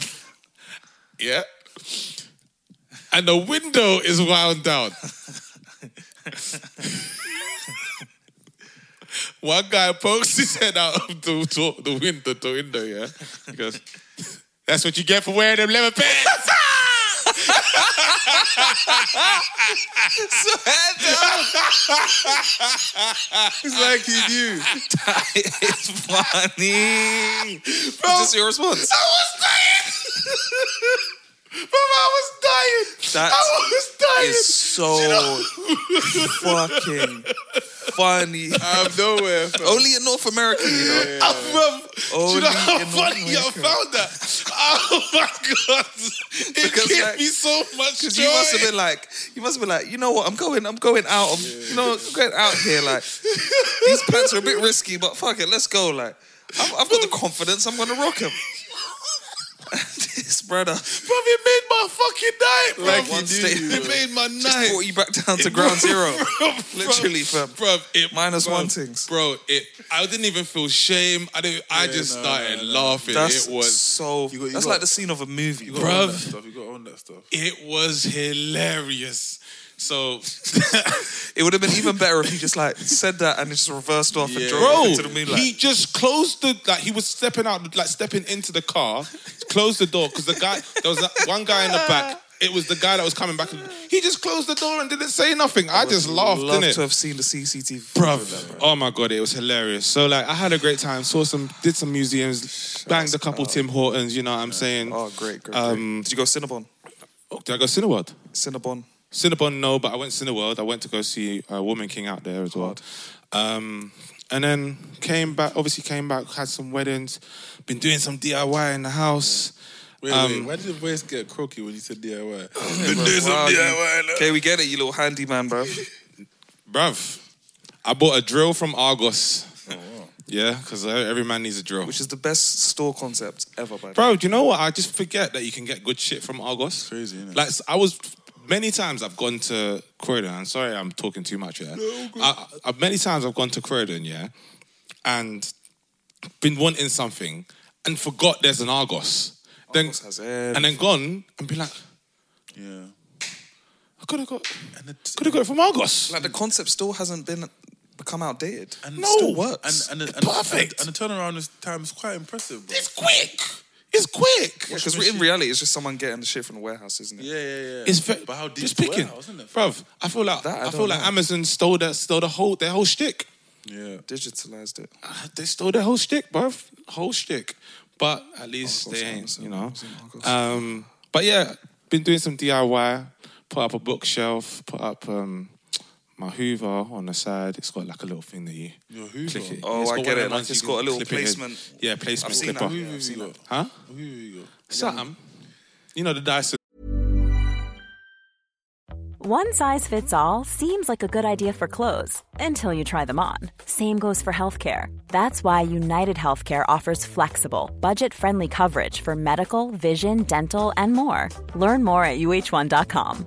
Speaker 4: Yeah. And the window is wound down. One guy pokes his head out of the, to- the window, the window, yeah. He goes, That's what you get for wearing them leather pants. It's like he knew.
Speaker 3: it's funny. Is this your response?
Speaker 4: I was dying. Bro, I was dying.
Speaker 3: That
Speaker 4: I was dying.
Speaker 3: It's so fucking funny.
Speaker 4: I'm nowhere. fam.
Speaker 3: Only in North America, you know.
Speaker 4: Ah, bruv, do you
Speaker 3: Only
Speaker 4: know how
Speaker 3: in
Speaker 4: funny
Speaker 3: North
Speaker 4: you
Speaker 3: America.
Speaker 4: found that? Oh my god! It
Speaker 3: Because,
Speaker 4: gave
Speaker 3: like,
Speaker 4: me so much
Speaker 3: Because
Speaker 4: joy.
Speaker 3: you must have been like, you must have been like, you know what? I'm going, I'm going out. I'm, You know, I'm going out here. Like these pants are a bit risky, but fuck it, let's go. Like I've, I've got the confidence. I'm gonna rock them. this brother just
Speaker 4: Bruv, it made my fucking night, bruv.
Speaker 3: Like, one statement.
Speaker 4: it made my night.
Speaker 3: brought you back down to ground zero. Literally, fam.
Speaker 4: Bro, it
Speaker 3: Minus
Speaker 4: bruv,
Speaker 3: one things.
Speaker 4: Bro, it. I didn't even feel shame. I didn't. I just
Speaker 5: no,
Speaker 4: started
Speaker 5: no, no.
Speaker 4: laughing.
Speaker 3: That's
Speaker 4: it was.
Speaker 3: so.
Speaker 5: you got- you
Speaker 3: that's
Speaker 5: got-
Speaker 3: like the scene of a movie,
Speaker 5: You
Speaker 3: bro.
Speaker 5: gotta own
Speaker 4: Bruv.
Speaker 5: that stuff. You gotta own that stuff.
Speaker 4: It was hilarious. So,
Speaker 3: It would have been even better if he just like said that and it just reversed off and
Speaker 5: Yeah.
Speaker 3: drove
Speaker 4: bro,
Speaker 3: off into the moonlight.
Speaker 4: he just closed the like he was stepping out, like stepping into the car, closed the door because the guy there was that one guy in the back. It was the guy that was coming back. He just closed the door and didn't say nothing. I just laughed,
Speaker 3: Love
Speaker 4: didn't
Speaker 3: to
Speaker 4: it?
Speaker 3: have seen the CCTV.
Speaker 4: Bruv. Oh my god, it was hilarious. So like I had a great time, saw some did some museums, banged a couple Tim Hortons, you know what I'm saying?
Speaker 3: Oh, great, great.
Speaker 4: Um,
Speaker 3: great. Did you go Cinnabon?
Speaker 4: Oh, did I go Cineworld?
Speaker 3: Cinnabon.
Speaker 4: Cinnabon, no, but I went Cineworld. I went to go see uh, Woman King out there as well. Um, and then came back, obviously came back, had some weddings, been doing some DIY in the house.
Speaker 5: Wait,
Speaker 4: Um,
Speaker 5: wait, why did your voice get croaky when you said DIY? Been doing some
Speaker 3: Wow, you-
Speaker 5: DIY. look.
Speaker 3: Okay, we get it, you little handyman, bro.
Speaker 4: Bruv, I bought a drill from Argos. Yeah, because every man needs a drill.
Speaker 3: Which is the best store concept ever, by the way.
Speaker 4: Bro, do you know what? I just forget that you can get good shit from Argos.
Speaker 5: Crazy, innit?
Speaker 4: Like I was many times I've gone to Croydon. I'm sorry, I'm talking too much. Yeah, I, I, many times I've gone to Croydon, yeah, and been wanting something and forgot there's an Argos. Then
Speaker 3: Argos has
Speaker 4: and then gone and be like,
Speaker 5: Yeah.
Speaker 4: I could have got,
Speaker 5: And it,
Speaker 4: could have got it from Argos.
Speaker 3: Like the concept still hasn't been become outdated.
Speaker 5: and it
Speaker 4: no,
Speaker 5: still
Speaker 4: works.
Speaker 5: And, and, and,
Speaker 4: Perfect.
Speaker 5: And, and the turnaround is- time is quite impressive, bro.
Speaker 4: it's quick. It's quick.
Speaker 3: Because in reality, it's just someone getting the shit from the warehouse, isn't it?
Speaker 5: Yeah, yeah, yeah.
Speaker 4: It's ve-
Speaker 5: but how deep
Speaker 4: just
Speaker 5: is the
Speaker 4: picking,
Speaker 5: warehouse, isn't it?
Speaker 4: bruv. I feel like
Speaker 3: That I
Speaker 4: I,
Speaker 3: don't
Speaker 4: feel like
Speaker 3: know.
Speaker 4: Amazon stole that stole the whole their whole shtick.
Speaker 5: Yeah.
Speaker 3: Digitalized it.
Speaker 4: they stole their whole shtick, bruv. Whole shtick. But at least
Speaker 3: Argos,
Speaker 4: they ain't,
Speaker 3: Amazon,
Speaker 4: you know.
Speaker 3: Amazon, Argos.
Speaker 4: Um, but yeah, been doing some DIY. Put up a bookshelf. Put up um, my Hoover on the side. It's got like a little thing that you
Speaker 5: Your Hoover?
Speaker 4: click it.
Speaker 3: Oh,
Speaker 4: It's
Speaker 3: I
Speaker 4: got
Speaker 3: get
Speaker 4: one of
Speaker 3: it,
Speaker 4: them
Speaker 3: like
Speaker 4: ones
Speaker 3: it's
Speaker 4: you
Speaker 3: got
Speaker 4: can
Speaker 3: a little
Speaker 4: clip it in.
Speaker 3: placement.
Speaker 4: Yeah, placement
Speaker 3: I've seen
Speaker 4: clipper.
Speaker 3: that.
Speaker 5: Who have you got?
Speaker 4: Huh?
Speaker 5: Who have you got?
Speaker 4: Something. You know the Dyson
Speaker 6: One size fits all seems like a good idea for clothes until you try them on. Same goes for healthcare. That's why United Healthcare offers flexible, budget friendly coverage for medical, vision, dental, and more. Learn more at uh1.com.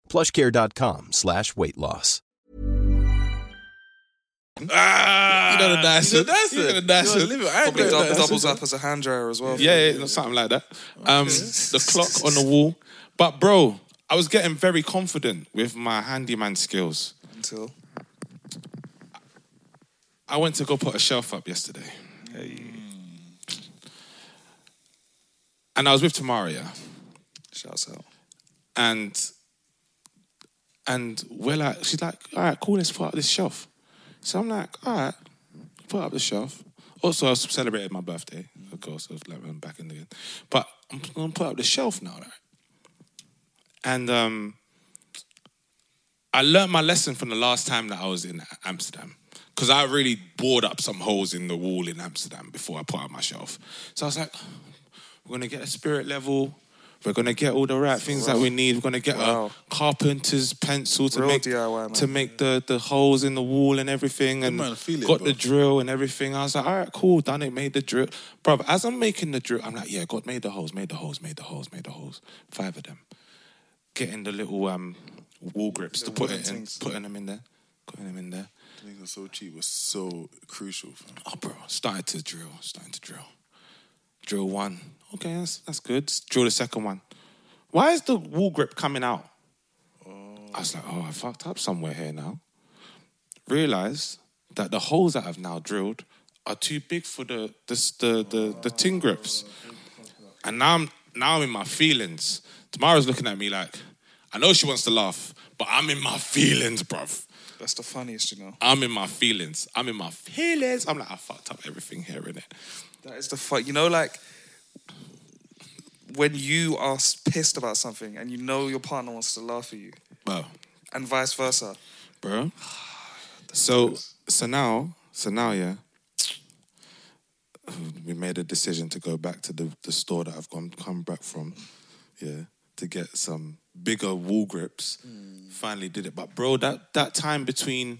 Speaker 7: Plushcare.com slash weight loss.
Speaker 4: Ah, you know the Dyson.
Speaker 5: You know Dyson.
Speaker 4: You know the Dyson.
Speaker 5: You know, leave it. I ain't
Speaker 3: Probably
Speaker 5: got
Speaker 3: dou-
Speaker 5: Dyson.
Speaker 3: doubles up as a hand dryer as well.
Speaker 4: Yeah, yeah, something like that. Um, the clock on the wall. But bro, I was getting very confident with my handyman skills.
Speaker 3: Until
Speaker 4: I went to go put a shelf up yesterday. And I was with Tamara, yeah.
Speaker 3: shouts out.
Speaker 4: and and we're like, she's like, all right, cool, let's put up this shelf. So I'm like, all right, put up the shelf. Also, I celebrated my birthday, of course, I was like, I'm back in again. But I'm gonna put up the shelf now, right? And um, I learned my lesson from the last time that I was in Amsterdam. Because I really bored up some holes in the wall in Amsterdam before I put up my shelf. So I was like, We're gonna get a spirit level. We're gonna get all the right things that we need. We're gonna get
Speaker 3: Wow.
Speaker 4: a carpenter's pencil to
Speaker 3: Real
Speaker 4: make
Speaker 3: DIY, man.
Speaker 4: to make the, the holes in the wall and everything, and
Speaker 5: man, I feel it,
Speaker 4: got
Speaker 5: bro.
Speaker 4: the drill and everything. I was like, all right, cool, done it. Made the drill, bro. As I'm making the drill, I'm like, yeah, God made the holes, made the holes, made the holes, made the holes. Five of them. Getting the little um wall grips to put it in, putting them in there, putting them in there.
Speaker 5: Niggas are so cheap was so crucial. Fam.
Speaker 4: Oh, bro, started to drill, starting to drill. Drill one. Okay, that's, that's good. Drill the second one. Why is the wall grip coming out? I was like, oh, I fucked up somewhere here now. Realized that the holes that I've now drilled are too big for the the the, the, the tin grips. And now I'm now I'm in my feelings. Tamara's looking at me like, I know she wants to laugh, but I'm in my feelings, bruv.
Speaker 3: That's the funniest, you know.
Speaker 4: I'm in my feelings. I'm in my feelings. I'm like, I fucked up everything here, innit?
Speaker 3: That is the fuck. You know, like when you are s- pissed about something and you know your partner wants to laugh at you,
Speaker 4: Bro.
Speaker 3: and vice versa.
Speaker 4: Bro. So so now, so now, yeah. We made a decision to go back to the, the store that I've gone come back from, yeah, to get some bigger wall grips.
Speaker 3: Mm.
Speaker 4: Finally did it. But bro, that that time between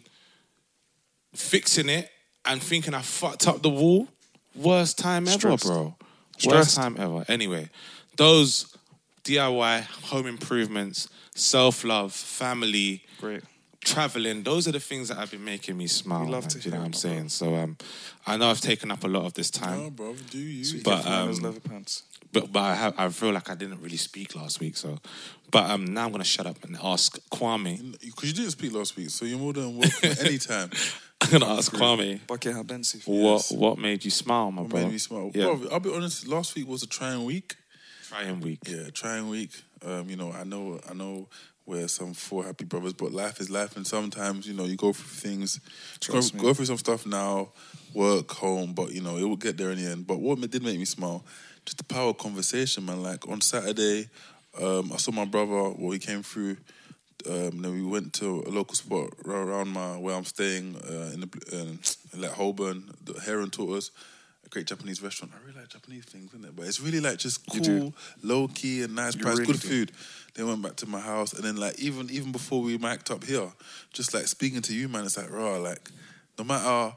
Speaker 4: fixing it and thinking I fucked up the wall, worst time ever,
Speaker 3: Stressed.
Speaker 4: bro. Worst
Speaker 3: Stressed.
Speaker 4: time ever. Anyway, those DIY home improvements, self love, family,
Speaker 3: Great.
Speaker 4: traveling. Those are the things that have been making me smile.
Speaker 3: We love
Speaker 4: man,
Speaker 3: to
Speaker 4: do you know
Speaker 3: hear
Speaker 4: what I'm
Speaker 3: it,
Speaker 4: saying? So um, I know I've taken up a lot of this time,
Speaker 5: No, bro, do you?
Speaker 4: but
Speaker 3: Find
Speaker 4: um,
Speaker 3: those leather pants.
Speaker 4: but but I, have, I feel like I didn't really speak last week. So, but um, now I'm gonna shut up and ask Kwame.
Speaker 5: Because you didn't speak last week, so you're more than welcome anytime.
Speaker 4: I'm gonna ask
Speaker 5: eh,
Speaker 4: Kwame.
Speaker 3: Bucket hat Bensi.
Speaker 4: What what made you smile, my
Speaker 5: It
Speaker 4: bro?
Speaker 5: made me smile.
Speaker 4: Yeah,
Speaker 5: Bro, I'll be honest, last week was a trying week.
Speaker 4: trying week.
Speaker 5: Yeah, trying week. Um, you know, I know, I know we're some four happy brothers, but life is life, and sometimes you know you go through things, go,
Speaker 3: Trust me.
Speaker 5: go through some stuff now, work, home, but you know it will get there in the end. But what ma- did make me smile, just the power of conversation, man. Like on Saturday, um, I saw my brother. Well, he came through. Um, then we went to a local spot ra- around my where I'm staying uh, in the bl- um, in like Holborn, the Heron Tortoise, a great Japanese restaurant. I really like Japanese things, isn't it? But it's really like just
Speaker 3: You do.
Speaker 5: cool, low key, and nice price,
Speaker 3: really
Speaker 5: good
Speaker 3: do.
Speaker 5: food. Then went back to my house, and then like even even before we mic'd up here, just like speaking to you, man, it's like raw. Like no matter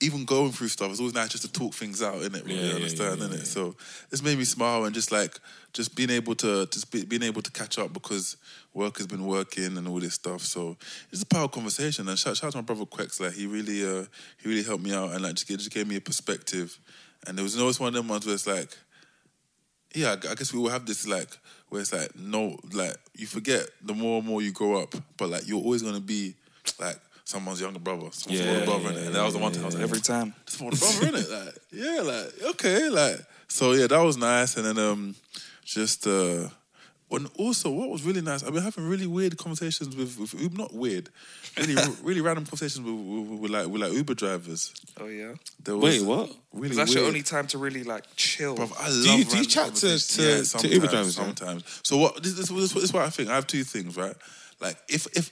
Speaker 5: even going through stuff, it's always nice just to talk things out, innit? it?
Speaker 4: Yeah,
Speaker 5: you
Speaker 4: yeah,
Speaker 5: understand,
Speaker 4: yeah,
Speaker 5: innit?
Speaker 4: yeah.
Speaker 5: So it's made me smile and just like just being able to just be, being able to catch up because work has been working and all this stuff. So it's a power of conversation. And shout, shout out to my brother Quex, like he really uh, he really helped me out and like just, gave- just gave me a perspective. And there was always one of them ones where it's like, yeah, I gu- I guess we will have this like where it's like no, like you forget the more and more you grow up, but like you're always gonna be like someone's younger brother, someone's
Speaker 4: Yeah,
Speaker 5: older brother,
Speaker 4: yeah,
Speaker 5: innit? and that was the one thing I was like,
Speaker 3: Every time.
Speaker 5: it's more the brother, innit? Like, yeah, like, okay, like, so yeah, that was nice. And then um, just, uh, and also what was really nice, I've been having really weird conversations with, with Uber, not weird, really, really random conversations with, with, with, like, with like Uber drivers.
Speaker 3: Oh yeah.
Speaker 5: There
Speaker 4: Wait,
Speaker 5: was
Speaker 4: what?
Speaker 5: Really
Speaker 3: Because that's your
Speaker 5: weird-
Speaker 3: only time to really like chill.
Speaker 5: Bruv, I love
Speaker 4: you- do you
Speaker 5: random
Speaker 4: chat to-
Speaker 5: conversations.
Speaker 4: to- to Uber drivers, yeah?
Speaker 5: Sometimes. So what? This, this, this, this is what I think. I have two things, right? Like if if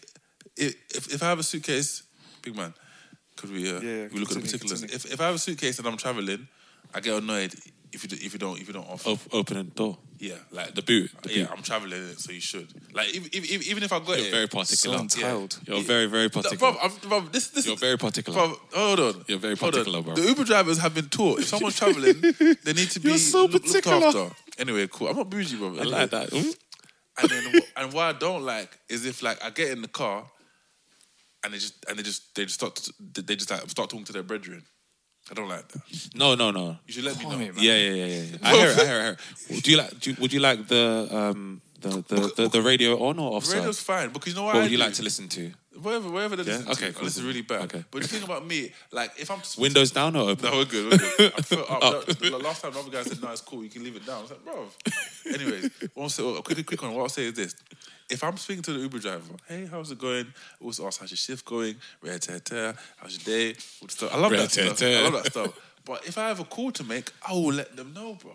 Speaker 5: if if, if I have a suitcase, big man, could we uh,
Speaker 3: Yeah, yeah,
Speaker 5: we look at the
Speaker 3: continue,
Speaker 5: particulars?
Speaker 3: continue.
Speaker 5: If if I have a suitcase and I'm traveling, I get annoyed if you do- if you don't if you don't offer.
Speaker 4: Op- opening the door.
Speaker 5: Yeah, like the
Speaker 4: boot, the
Speaker 5: yeah,
Speaker 4: boot.
Speaker 5: I'm traveling, innit? so you should. Like even even, even if I got
Speaker 4: You're
Speaker 5: it,
Speaker 4: very particular.
Speaker 3: So entitled.
Speaker 4: You're very very
Speaker 5: Bruv,
Speaker 4: particular.
Speaker 5: I'm- bruv, this, this,
Speaker 4: You're very particular.
Speaker 5: Bruv, hold on.
Speaker 4: You're very
Speaker 5: Hold on.
Speaker 4: particular, bruv.
Speaker 5: The Uber drivers have been taught if someone's traveling, they need to be
Speaker 4: You're so
Speaker 5: look- looked
Speaker 4: particular.
Speaker 5: after. Anyway, cool. I'm not bougie, bro.
Speaker 4: I like that. Mm.
Speaker 5: And then, and what I don't like is if like I get in the car, and they just and they just they just start to, they just like start talking to their brethren. I don't like that.
Speaker 4: No no no.
Speaker 5: You should let me know.
Speaker 4: Yeah, yeah, yeah, yeah. yeah. I hear it. I hear it. I hear it. Do you like? Do you, would you like the um the the, the, the radio on or off?
Speaker 5: The
Speaker 4: sir?
Speaker 5: Radio's fine because you know what,
Speaker 4: What
Speaker 5: I
Speaker 4: would you
Speaker 5: do?
Speaker 4: like to listen to?
Speaker 5: Whatever, whatever they listen
Speaker 4: Okay,
Speaker 5: to.
Speaker 4: cool,
Speaker 5: This is
Speaker 4: cool.
Speaker 5: really bad.
Speaker 4: Okay.
Speaker 5: But the thing about me, like if I'm just
Speaker 4: Windows down or open?
Speaker 5: No, we're good. We're good. I feel up.
Speaker 4: Up.
Speaker 5: The- The last time the other guy said, "No, it's cool. You can leave it down." I was like, "Bro." Anyways, one so a quick, quick one. What I'll say is this: If I'm speaking to the Uber driver, "Hey, how's it going?" I also ask, "How's your shift going?" Rare tear tear. How's your day? All the stuff. I love that
Speaker 4: Rare-tear-tear.
Speaker 5: stuff. I love that stuff. But if I have a call to make, I will let them know, bro.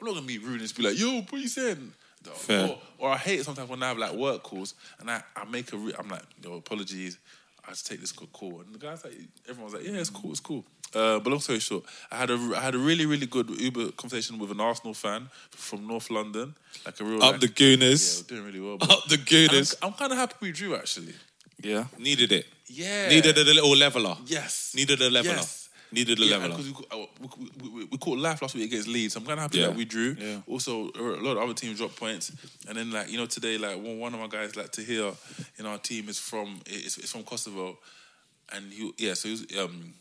Speaker 5: I'm not gonna be rude and just be like, "Yo, what you saying?" No.
Speaker 4: Fair.
Speaker 5: Or, or I hate it sometimes when I have like work calls and I, I make a re- I'm like, "Yo, apologies." I had to take this c- call. And the guy's like, everyone was like, yeah, it's cool, it's cool. Uh, but long story short, I had a I had a really really good Uber conversation with an Arsenal fan from North London, like a real
Speaker 4: Up
Speaker 5: like-
Speaker 4: the
Speaker 5: Yeah,
Speaker 4: Gooners.
Speaker 5: we're doing really well. bro.
Speaker 4: Up the
Speaker 5: And I'm,
Speaker 4: Gooners.
Speaker 5: I'm kind of happy we drew actually.
Speaker 3: Yeah.
Speaker 4: Needed it.
Speaker 5: Yeah.
Speaker 4: Needed a little leveler.
Speaker 5: Yes.
Speaker 4: Needed a leveler.
Speaker 5: Yes.
Speaker 4: Needed a
Speaker 5: Yeah,
Speaker 4: leveler.
Speaker 5: because we, caught- uh, we, we, we- we caught life last week against Leeds. I'm kind of happy
Speaker 4: Yeah.
Speaker 5: that we drew.
Speaker 4: Yeah.
Speaker 5: Also, a lot of other teams dropped points, and then like you know today, like one, one of my guys like Tahir in our team is from it's, it's from Kosovo, and he yeah so he's um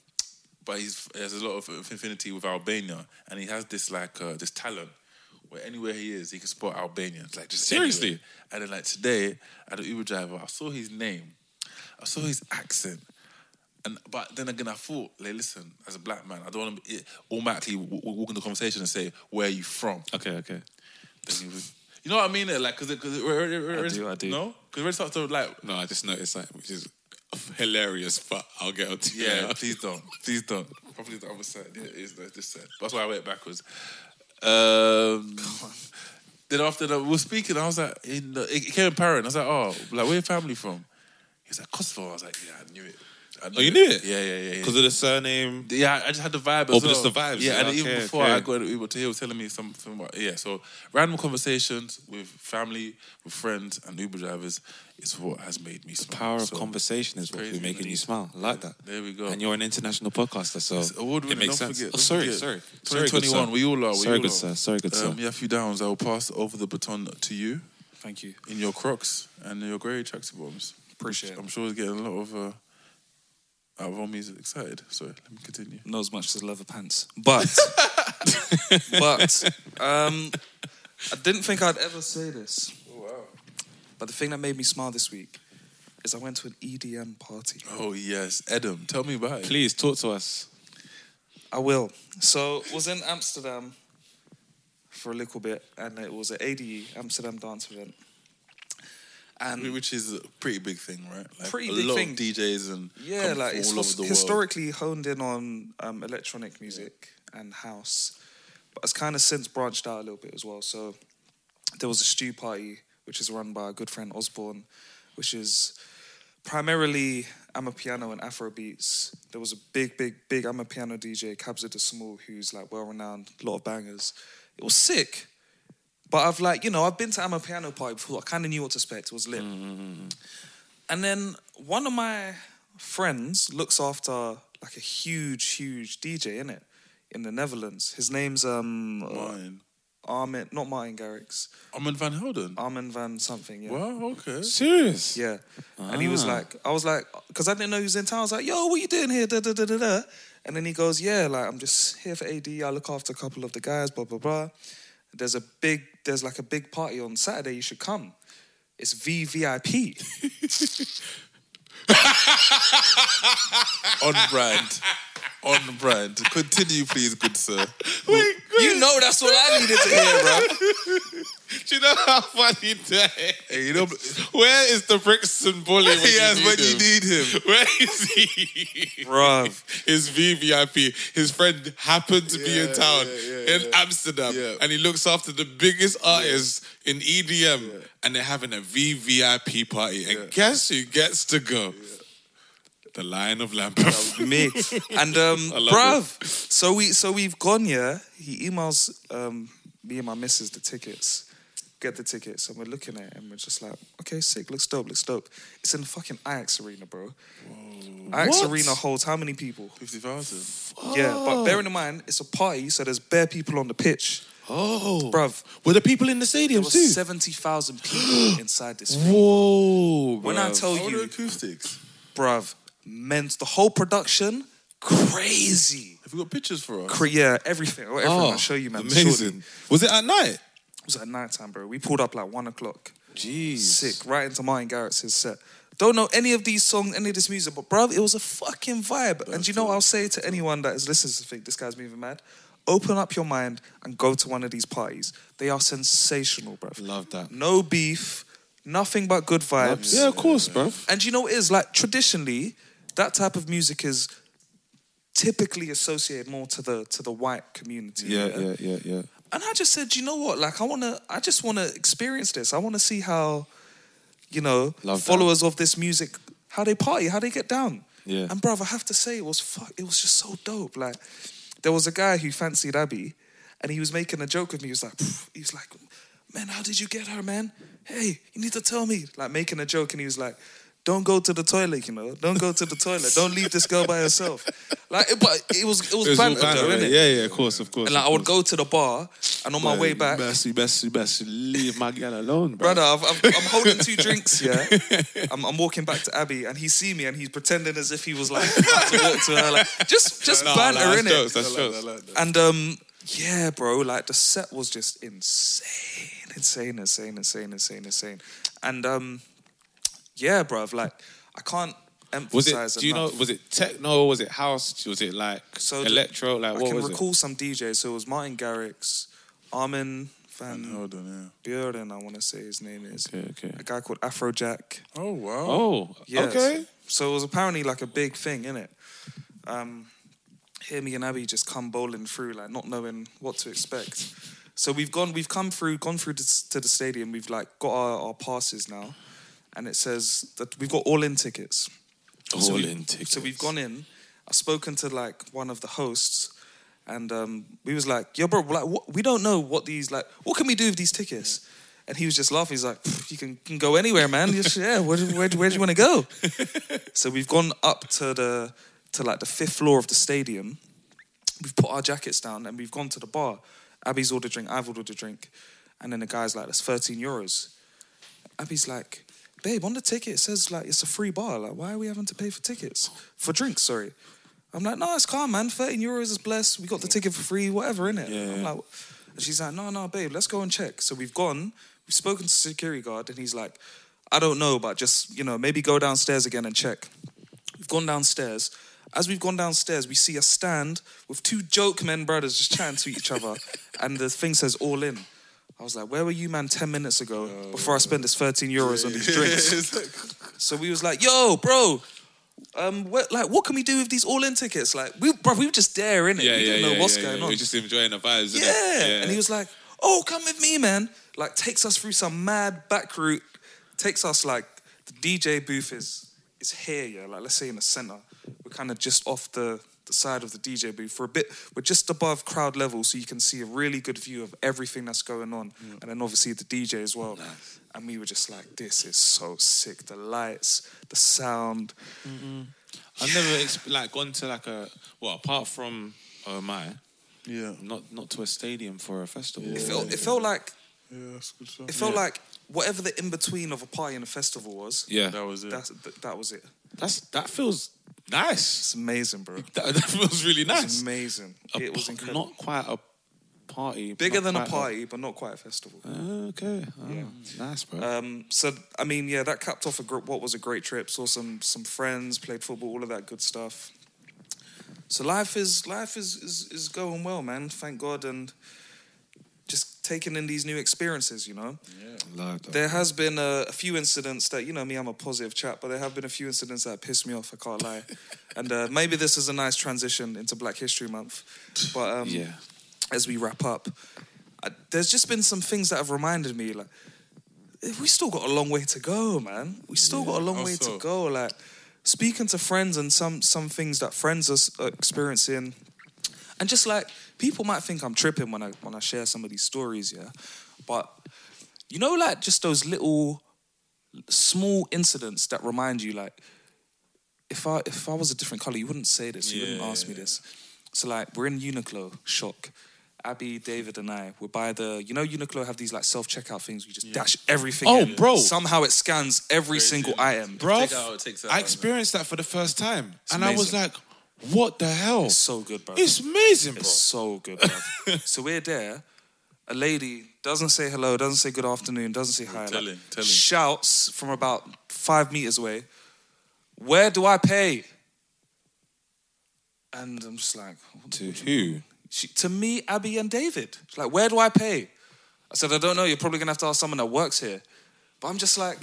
Speaker 5: but he's he has a lot of affinity with Albania, and he has this like uh, this talent where anywhere he is, he can spot Albanians like just
Speaker 4: Seriously?
Speaker 5: anywhere. And then like today at the Uber driver, I saw his name, I saw his accent. And, but then again, I thought, like, listen, as a black man, I don't want to automatically w- w- walk into the conversation and say, "Where are you from?"
Speaker 4: Okay, okay.
Speaker 5: Then you, would- you know what I mean? eh? Like, because because I
Speaker 3: do, I do.
Speaker 5: No, because we start to like,
Speaker 4: No, I just noticed that, which is hilarious, but I'll get on to
Speaker 5: yeah,
Speaker 4: it.
Speaker 5: please don't, please don't. Probably the other side. Yeah, it's the- this side. That's why I went backwards. Um, then after that, we were speaking. I was like, in the, it came apparent. I was like, oh, like where your family from? He's like Kosovo. I was like, yeah, I knew it. I
Speaker 4: Oh, you knew it?
Speaker 5: Yeah, yeah, yeah. yeah.
Speaker 4: Because of the surname.
Speaker 5: Yeah, I just had the vibe. As
Speaker 4: Oh, but
Speaker 5: well.
Speaker 4: it's the vibes.
Speaker 5: Yeah, and
Speaker 4: Yeah,
Speaker 5: even
Speaker 4: okay,
Speaker 5: before
Speaker 4: okay.
Speaker 5: I got we were to hear, was telling me some- something. About, yeah, so random conversations with family, with friends, and Uber drivers is what has made me. smile.
Speaker 4: Power of
Speaker 5: So,
Speaker 4: conversation is what's
Speaker 5: crazy,
Speaker 4: been making
Speaker 5: innit?
Speaker 4: you smile. I like that.
Speaker 5: There we go.
Speaker 4: And you're an international podcaster, so
Speaker 5: It's award
Speaker 4: it
Speaker 5: winning.
Speaker 4: makes
Speaker 5: don't
Speaker 4: sense.
Speaker 5: Forget,
Speaker 4: oh,
Speaker 5: don't
Speaker 4: sorry,
Speaker 5: forget.
Speaker 4: sorry. Sorry, good
Speaker 5: 2021.
Speaker 4: sir.
Speaker 5: we all are. We
Speaker 4: Sorry,
Speaker 5: all
Speaker 4: good
Speaker 5: are.
Speaker 4: sir. Sorry, good sir.
Speaker 5: Um, yeah, a few downs. I will pass over the baton to you
Speaker 3: Thank you.
Speaker 5: in your Crocs and your grey tracksuit bottoms.
Speaker 3: Appreciate it.
Speaker 5: I'm sure it's getting a lot of. Uh, out of homies excited. Sorry, let me continue.
Speaker 3: Not as much as leather pants, but but um, I didn't think I'd ever say this.
Speaker 4: Oh,
Speaker 3: But the thing that made me smile this week is I went to an EDM party.
Speaker 5: Oh yes, Adam, tell me about it.
Speaker 4: Please talk to us.
Speaker 3: I will. So was in Amsterdam for a little bit, and it was an ADE E Amsterdam dance event. And
Speaker 5: Wh- which is a pretty big thing, right? Like
Speaker 3: Pretty
Speaker 5: a
Speaker 3: big
Speaker 5: lot
Speaker 3: thing.
Speaker 5: of DJs and
Speaker 3: yeah,
Speaker 5: come from
Speaker 3: like it's
Speaker 5: all over
Speaker 3: his-
Speaker 5: the world.
Speaker 3: historically honed in on um, electronic music and house, but it's kind of since branched out a little bit as well. So there was a stew party which is run by our good friend Osborne, which is primarily amapiano and afro beats. There was a big, big, big amapiano DJ Kabza de Small, who's like well renowned, a lot of bangers. It was sick. But I've like, you know, I've been to Amapiano Piano Party before. I kind of knew what to expect. It was lit. And then one of my friends looks after like a huge, huge DJ in it in the Netherlands. His name's um
Speaker 5: Mine.
Speaker 3: Armin, not Martin Garrix,
Speaker 5: Armin van Helden.
Speaker 3: Armin van something. Yeah.
Speaker 5: Wow, okay.
Speaker 4: Serious?
Speaker 3: Yeah. And he was like, I was like, because I didn't know he was in town. I was like, yo, what you doing here? Da, da, da, da, da. And then he goes, yeah, like, I'm just here for AD. I look after a couple of the guys, blah, blah, blah. There's a big, there's like a big party on Saturday. You should come. It's VVIP.
Speaker 5: On brand. On brand. Continue, please, good sir.
Speaker 3: you know that's what I needed to hear, bro.
Speaker 4: Do you know how funny that is?
Speaker 5: Hey, you know,
Speaker 4: Where is the Brixton bully when,
Speaker 5: yes,
Speaker 4: you,
Speaker 5: when
Speaker 4: need
Speaker 5: you
Speaker 4: him?
Speaker 5: need him.
Speaker 4: Where is he?
Speaker 3: Bruv.
Speaker 4: His VVIP. His friend happened to be in
Speaker 5: Yeah,
Speaker 4: town
Speaker 5: yeah, yeah,
Speaker 4: in
Speaker 5: yeah.
Speaker 4: Amsterdam
Speaker 5: Yeah.
Speaker 4: and he looks after the biggest artists in EDM and they're having a VVIP party. And
Speaker 5: Yeah.
Speaker 4: guess who gets to go? The Lion of Lampard.
Speaker 3: me. And um,
Speaker 4: I love
Speaker 3: bruv, so we so we've gone yeah. He emails um, me and my missus the tickets, get the tickets, and we're looking at it and we're just like, okay, sick, looks dope, looks dope. It's in the fucking Ajax Arena, bro. Ajax
Speaker 4: What?
Speaker 3: Arena holds how many people?
Speaker 5: 50,000.
Speaker 3: Yeah, but bearing in mind it's a party, so there's bare people on the pitch,
Speaker 4: Oh.
Speaker 3: bruv.
Speaker 4: Were the people in the
Speaker 3: There
Speaker 4: stadiums
Speaker 3: was
Speaker 4: too?
Speaker 3: seventy thousand people inside this.
Speaker 4: Whoa.
Speaker 3: When I
Speaker 4: bruv.
Speaker 3: tell
Speaker 5: How are the
Speaker 3: you,
Speaker 5: acoustics?
Speaker 3: bruv, meant the whole production crazy.
Speaker 5: Have you got pictures for us?
Speaker 3: Cra- yeah, everything. Everything I'll show you, man.
Speaker 4: Oh, Ah, Amazing.
Speaker 3: shortly.
Speaker 4: Was it at night?
Speaker 3: It was at night time, bro. We pulled up like one o'clock.
Speaker 4: Jeez.
Speaker 3: Sick, right into Martin Garrix's set. Don't know any of these songs, any of this music, but bro, it was a fucking vibe. and you know, I'll say to anyone that is listening to think this guy's moving mad. Open up your mind and go to one of these parties. They are sensational, bro.
Speaker 4: Love that.
Speaker 3: No beef, nothing but good vibes.
Speaker 4: Yeah, of course, bruv.
Speaker 3: And you know what it is? Like traditionally, that type of music is typically associated more to the to the white community.
Speaker 4: yeah, yeah.
Speaker 3: And I just said, you know what? Like, I wanna, I just wanna experience this. I wanna see how, you know,
Speaker 4: Love that.
Speaker 3: followers of this music, how they party, how they get down.
Speaker 4: Yeah.
Speaker 3: And bruv, I have to say, it was fuck, it was just so dope. Like, there was a guy who fancied Abby, and he was making a joke with me. He was like, "Pff," he was like, man, how did you get her, man? Hey, you need to tell me. Like making a joke, and he was like. Don't go to the toilet, you know. Don't go to the toilet. Don't leave this girl by herself. Like, it- but it was it was,
Speaker 4: It was all
Speaker 3: banter,
Speaker 4: banter,
Speaker 3: though, innit?
Speaker 4: Yeah, yeah, of course, of course.
Speaker 3: And like,
Speaker 4: of
Speaker 3: I would
Speaker 4: course.
Speaker 3: go to the bar, and on my way back,
Speaker 4: Best, you best, you best leave my girl alone, bro.
Speaker 3: brother, I've, I've, I'm holding two drinks. Yeah, I'm, I'm walking back to Abby, and he see me, and he's pretending as if he was like about to walk to her, like just just
Speaker 4: Nah, nah,
Speaker 3: banter
Speaker 4: that's
Speaker 3: in
Speaker 4: jokes,
Speaker 3: it.
Speaker 4: that's jokes.
Speaker 3: And um, yeah, bro, like the set was just insane, insane, insane, insane, insane, insane. And um, yeah, bro, like I can't
Speaker 4: Was
Speaker 3: emphasize.
Speaker 4: it? Do you know?
Speaker 3: enough.
Speaker 4: Was it techno? Was it house? Was it like
Speaker 3: So the-
Speaker 4: electro? Like
Speaker 3: I
Speaker 4: what
Speaker 3: can
Speaker 4: was
Speaker 3: recall some DJs. So it was Martin Garrix, Armin Van
Speaker 5: Hold on,
Speaker 3: Buren, I want to say his name is.
Speaker 4: Okay, okay.
Speaker 3: A guy called Afrojack.
Speaker 5: yeah. Oh wow.
Speaker 4: it? Oh,
Speaker 3: Yes.
Speaker 4: okay.
Speaker 3: So it was apparently like a big thing, innit? Um, here, me and Abby just come bowling through, like not knowing what to expect. So we've gone, we've come through, gone through to, to the stadium. We've like got our, our passes now, and it says that we've got all in tickets. So
Speaker 4: All
Speaker 3: we-
Speaker 4: in tickets.
Speaker 3: So we've gone in. I've spoken to like one of the hosts, and um, we was like, "Yo, bro, like what, we don't know what these like. What can we do with these tickets?" And he was just laughing. He's like, "Pff, "You can, can go anywhere, man. Just, yeah, where, do- where, do- where do you want to go?" so we've gone up to the to like the fifth floor of the stadium. We've put our jackets down and we've gone to the bar. Abby's ordered a drink. I've ordered a drink, and then the guy's like, "That's thirteen euros." Abby's like, babe, on the ticket it says like it's a free bar. Like, why are we having to pay for tickets? For drinks, sorry. I'm like, no, it's calm, man. 13 euros is blessed. We got the ticket for free, whatever, innit?
Speaker 4: Yeah,
Speaker 3: I'm
Speaker 4: yeah.
Speaker 3: like, and she's like, no, no, babe, let's go and check. So we've gone, we've spoken to security guard, and he's like, I don't know, but just, you know, maybe go downstairs again and check. We've gone downstairs. As we've gone downstairs, we see a stand with two joke men brothers just chatting to each other, and the thing says all in. I was like, where were you, man, 10 minutes ago
Speaker 4: Oh,
Speaker 3: before I spent this 13 euros on these drinks?
Speaker 5: It's like-
Speaker 3: so we was like, yo, bro, um, what, like, what can we do with these all-in tickets? Like, we, bro, we were just there, innit?
Speaker 4: Yeah,
Speaker 3: we
Speaker 4: yeah,
Speaker 3: didn't know
Speaker 4: yeah,
Speaker 3: what's
Speaker 4: yeah,
Speaker 3: going
Speaker 4: yeah.
Speaker 3: on.
Speaker 4: We're just enjoying the vibes. innit?
Speaker 3: Yeah. And he was like, oh, come with me, man. Like, takes us through some mad back route. Takes us, like, the DJ booth is, is here, yeah. Like, let's say in the center. We're kind of just off the, the side of the DJ booth for a bit. We're just above crowd level, so you can see a really good view of everything that's going on. And then obviously the DJ as well. And we were just like, this is so sick. The lights, the sound.
Speaker 4: I've never exp- like gone to like a well, apart from oh my,
Speaker 5: yeah.
Speaker 4: not not to a stadium for a festival.
Speaker 3: It, felt, it felt like
Speaker 5: Yeah, that's good stuff.
Speaker 3: it felt like whatever the in between of a party and a festival was.
Speaker 4: Yeah,
Speaker 5: That was it.
Speaker 3: That's, th- that was it.
Speaker 4: that's that feels nice.
Speaker 3: It's amazing, bro.
Speaker 4: That, that feels really
Speaker 3: It's
Speaker 4: nice.
Speaker 3: amazing.
Speaker 4: A
Speaker 3: it was
Speaker 4: par-
Speaker 3: incredible.
Speaker 4: Not quite a party.
Speaker 3: Bigger
Speaker 4: not
Speaker 3: than a
Speaker 4: quite
Speaker 3: party, but not quite a festival.
Speaker 4: Okay, oh, nice, bro.
Speaker 3: Um, so I mean, yeah, that capped off a gr- what was a great trip. Saw some some friends, played football, all of that good stuff. So life is life is is, is going well, man. Thank God, and just taking in these new experiences, you know.
Speaker 4: Love that.
Speaker 3: There has been a, a few incidents that you know me, I'm a positive chap, but there have been a few incidents that piss me off. I can't lie, and uh, maybe this is a nice transition into Black History Month. But um,
Speaker 4: yeah,
Speaker 3: as we wrap up, I, there's just been some things that have reminded me like we still got a long way to go, man. We still got a long way to
Speaker 5: Also-
Speaker 3: go. Like speaking to friends and some some things that friends are s- are experiencing, and just like people might think I'm tripping when I when I share some of these stories, yeah. But you know, like just those little small incidents that remind you, like if I if I was a different color, you wouldn't say this. You wouldn't ask me this. So like we're in Uniqlo, shock. Abby, David, and I we're by the. You know, Uniqlo have these like self checkout things. You just dash everything.
Speaker 4: Oh,
Speaker 3: in.
Speaker 4: bro.
Speaker 3: Somehow it scans every single item,
Speaker 4: bro.
Speaker 5: Take out, take that
Speaker 4: I
Speaker 5: out,
Speaker 4: experienced that for the first time, and I was
Speaker 3: amazing.
Speaker 4: like, "What the hell?"
Speaker 3: It's so good, bro.
Speaker 4: It's amazing, bro.
Speaker 3: It's so good, bruv. so we're there. A lady doesn't say hello, doesn't say good afternoon, doesn't say hi.
Speaker 5: tell
Speaker 3: like,
Speaker 5: him, tell him.
Speaker 3: Shouts from about five meters away, Where do I pay? And I'm just like, what
Speaker 4: to who?
Speaker 3: she, to me, Abby and David. She's like, where do I pay? I said, I don't know. You're probably gonna have to ask someone that works here. But I'm just like,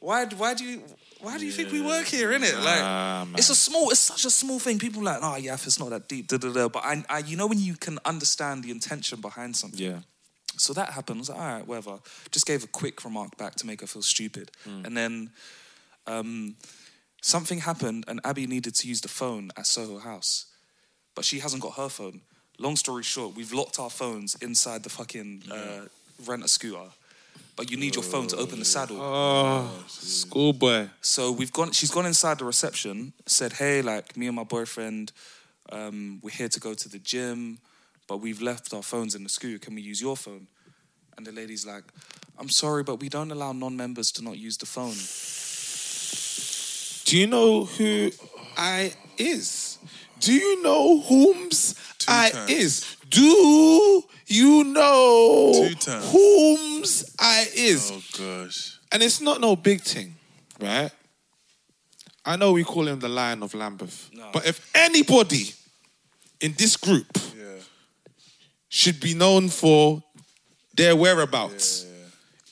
Speaker 3: why? Why do you? Why do you think we work here? In it, like, it's a small. It's such a small thing. People are like, oh yeah, if it's not that deep. Da, da, da. But I, I, you know, when you can understand the intention behind something.
Speaker 4: Yeah.
Speaker 3: So that happened. I was like, all right, whatever. Just gave a quick remark back to make her feel stupid. And then um, Something happened, and Abby needed to use the phone at Soho House, but she hasn't got her phone. Long story short, we've locked our phones inside the fucking uh, rent a scooter. But you need your phone to open the saddle.
Speaker 4: Schoolboy.
Speaker 3: So we've gone. She's gone inside the reception. Said, "Hey, like me and my boyfriend, um, we're here to go to the gym, but we've left our phones in the scooter. Can we use your phone?" And the lady's like, "I'm sorry, but we don't allow non-members to not use the phone."
Speaker 4: Do you know who I is? Do you know whom's I
Speaker 5: times.
Speaker 4: is? Do you know
Speaker 5: Two times.
Speaker 4: whom's I is?
Speaker 5: Oh gosh.
Speaker 4: And it's not no big thing, right? I know we call him the Lion of Lambeth,
Speaker 3: No.
Speaker 4: but if anybody in this group
Speaker 5: Yeah.
Speaker 4: should be known for their whereabouts,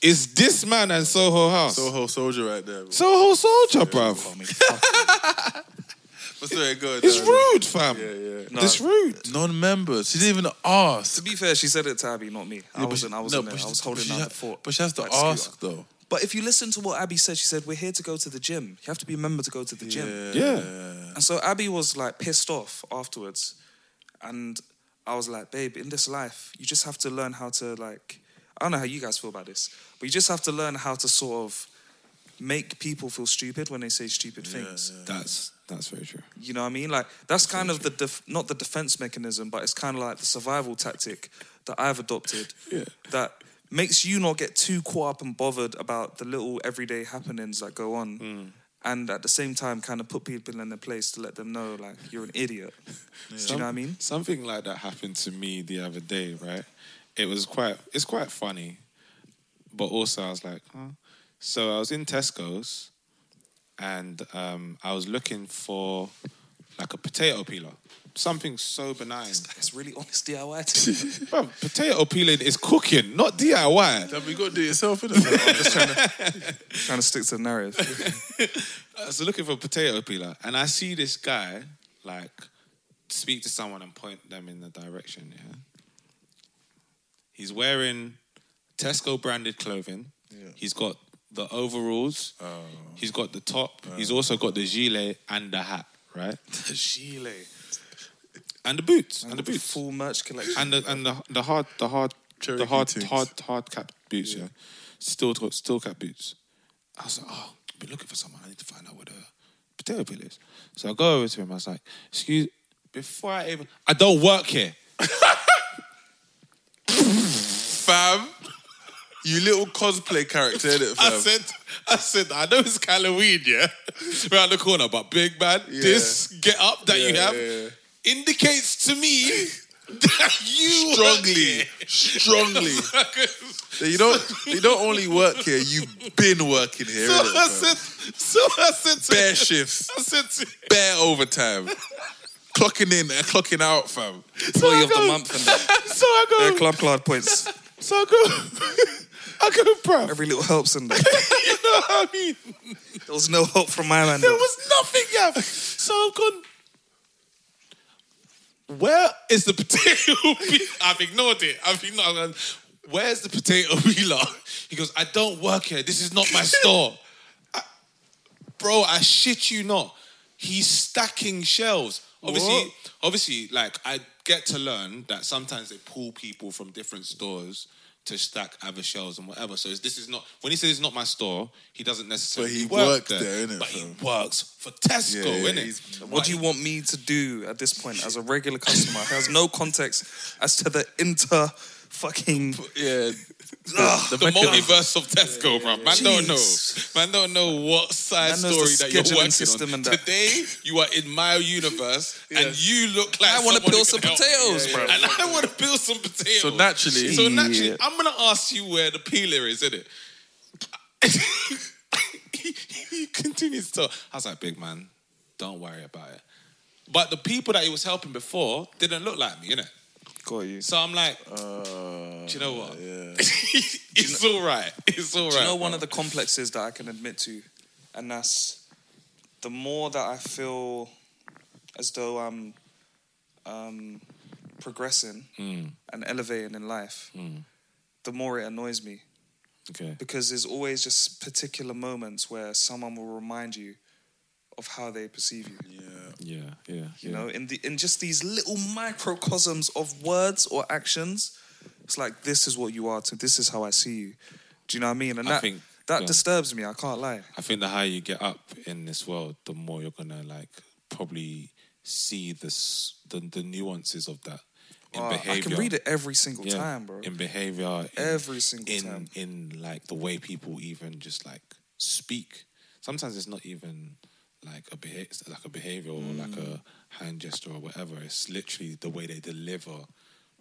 Speaker 4: is this man and Soho House.
Speaker 5: Soho soldier right there. bro.
Speaker 4: Soho Soldier, bruv.
Speaker 5: But sorry, go ahead,
Speaker 4: It's
Speaker 5: Darren.
Speaker 4: rude, fam.
Speaker 5: Yeah, yeah.
Speaker 4: It's rude.
Speaker 5: Non-members. She didn't even ask.
Speaker 3: To be fair, she said it to Abby, not me. I
Speaker 5: Yeah, but
Speaker 3: wasn't.
Speaker 5: she-
Speaker 3: I
Speaker 5: no,
Speaker 3: wasn't.
Speaker 5: but
Speaker 3: there.
Speaker 5: she-
Speaker 3: I was holding
Speaker 5: but
Speaker 3: out
Speaker 5: she
Speaker 3: the
Speaker 5: ha-
Speaker 3: fort.
Speaker 5: But she has to
Speaker 3: Like, scooter.
Speaker 5: ask though.
Speaker 3: But if you listen to what Abby said, she said, "We're here to go to the gym. You have to be a member to go to the gym."
Speaker 4: Yeah.
Speaker 3: And so Abby was like pissed off afterwards. And I was like, babe, in this life, you just have to learn how to, like, I don't know how you guys feel about this, but you just have to learn how to sort of make people feel stupid when they say stupid things.
Speaker 4: That's that's very true.
Speaker 3: You know what I mean? Like, that's kind of the, def- not the defense mechanism, but it's kind of like the survival tactic that I've adopted that makes you not get too caught up and bothered about the little everyday happenings that go on. And at the same time, kind of put people in their place to let them know, like, you're an idiot. Do you know what I mean?
Speaker 4: Something like that happened to me the other day, right? It was quite it's quite funny. But also I was like, huh? So I was in Tesco's and um, I was looking for like a potato peeler. Something so benign.
Speaker 3: It's really honest DIY.
Speaker 4: Bruv, potato peeling is cooking, not DIY.
Speaker 5: Damn, you got to do it yourself, innit? I'm just trying to.
Speaker 3: Trying to stick to the narrative.
Speaker 4: I was looking for a potato peeler, and I see this guy like speak to someone and point them in the direction. Yeah, he's wearing Tesco branded clothing. He's got the overalls. He's got the top. He's also got the gilet and the hat. Right, the gilet and the boots and, the
Speaker 3: The
Speaker 4: boots
Speaker 3: full merch collection.
Speaker 4: and the and the the hard the hard
Speaker 5: Cherokee
Speaker 4: the hard
Speaker 5: toots.
Speaker 4: hard hard cap boots, yeah. Still got still cap boots. I was like, oh, I've been looking for someone. I need to find out where the potato peel is. So I go over to him. I was like, excuse, before I even, I don't work here.
Speaker 5: Fam, you little cosplay character, innit,
Speaker 4: I
Speaker 5: fam?
Speaker 4: said, I said, I know it's Halloween, yeah, around the corner, but big man, this get up that you
Speaker 5: Yeah,
Speaker 4: have
Speaker 5: yeah,
Speaker 4: indicates to me that you work
Speaker 5: strongly,
Speaker 4: here.
Speaker 5: strongly. That you don't, you don't only work here. You've been working here.
Speaker 4: So
Speaker 5: innit,
Speaker 4: I
Speaker 5: fam?
Speaker 4: said, so I said to
Speaker 5: bare
Speaker 4: him-
Speaker 5: shifts,
Speaker 4: I said to him,
Speaker 5: bare overtime, clocking in and clocking out, fam.
Speaker 3: Employee of
Speaker 4: I
Speaker 3: the
Speaker 4: go-
Speaker 3: month and
Speaker 4: So I go,
Speaker 3: their club card points.
Speaker 4: so I go, I go, bro.
Speaker 3: Every little helps in there.
Speaker 4: you know what I mean?
Speaker 3: There was no help from my man.
Speaker 4: There was nothing, yeah. So I've gone. Where is the potato? peel?" I've ignored it. I've ignored. I've gone, Where's the potato peeler? He goes, I don't work here. This is not my store. I- bro, I shit you not. He's stacking shells. Obviously,
Speaker 3: What?
Speaker 4: obviously, like I get to learn that sometimes they pull people from different stores to stack other shelves and whatever. So it's- this is not when he says it's not my store, he doesn't necessarily
Speaker 5: he
Speaker 4: work
Speaker 5: worked there, innit,
Speaker 4: But
Speaker 5: fam?
Speaker 4: he works for Tesco,
Speaker 5: Yeah, yeah, he's-
Speaker 4: innit?
Speaker 3: What do you want me to do at this point as a regular customer who has no context as to the inter fucking
Speaker 5: Yeah,
Speaker 3: Ugh,
Speaker 4: Ah, The multiverse of Tesco, bruv. Man don't
Speaker 3: Jeez.
Speaker 4: know. Man don't know what side
Speaker 3: Man knows the
Speaker 4: story that you're
Speaker 3: scheduling
Speaker 4: working
Speaker 3: system
Speaker 4: on.
Speaker 3: and that.
Speaker 4: Today you are in my universe, and you look like
Speaker 3: I wanna
Speaker 4: someone
Speaker 3: peel
Speaker 4: who
Speaker 3: some
Speaker 4: can help
Speaker 3: potatoes,
Speaker 4: me.
Speaker 3: bruv.
Speaker 4: And I want to peel some potatoes.
Speaker 5: So naturally-
Speaker 4: so naturally, I'm gonna ask you where the peeler is, isn't it? he continues to. I was like, big man, don't worry about it. But the people that he was helping before didn't look like me, innit?
Speaker 3: got you.
Speaker 4: So I'm like,
Speaker 3: Oh,
Speaker 4: do you know what? it's all right. It's all right.
Speaker 3: Do you know one of the complexes that I can admit to? And that's the more that I feel as though I'm um, progressing and elevating in life, the more it annoys me.
Speaker 4: Okay.
Speaker 3: because there's always just particular moments where someone will remind you of how they perceive you.
Speaker 4: Yeah, yeah,
Speaker 3: You know, in the in just these little microcosms of words or actions, it's like this is what you are to this is how I see you. Do you know what I mean? And
Speaker 4: I
Speaker 3: that
Speaker 4: think-
Speaker 3: that
Speaker 4: go on.
Speaker 3: disturbs me, I can't lie.
Speaker 4: I think the higher you get up in this world, the more you're gonna like probably see the s- the, the nuances of that in
Speaker 3: Uh,
Speaker 4: behavior.
Speaker 3: I can read it every single
Speaker 4: Yeah,
Speaker 3: time, bro.
Speaker 4: In behavior, in,
Speaker 3: Every single
Speaker 4: in,
Speaker 3: time.
Speaker 4: in like the way people even just like speak. Sometimes it's not even like a behavior, like a behavior or like
Speaker 3: Mm.
Speaker 4: a hand gesture or whatever. It's literally the way they deliver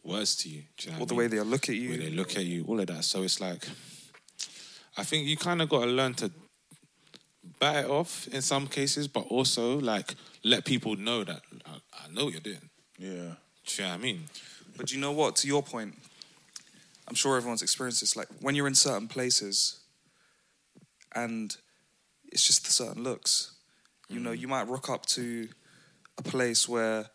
Speaker 4: words to you. Do you know
Speaker 3: Or
Speaker 4: what
Speaker 3: the
Speaker 4: I
Speaker 3: way
Speaker 4: mean?
Speaker 3: they look at you.
Speaker 4: way they look at you, all of that. So it's like, I think you kind of got to learn to bat it off in some cases, but also like let people know that I, I know what you're doing.
Speaker 5: Yeah.
Speaker 4: Do you know what I mean?
Speaker 3: But you know what? To your point, I'm sure everyone's experienced this. Like when you're in certain places, and it's just the certain looks. You
Speaker 4: Mm.
Speaker 3: know, you might rock up to a place where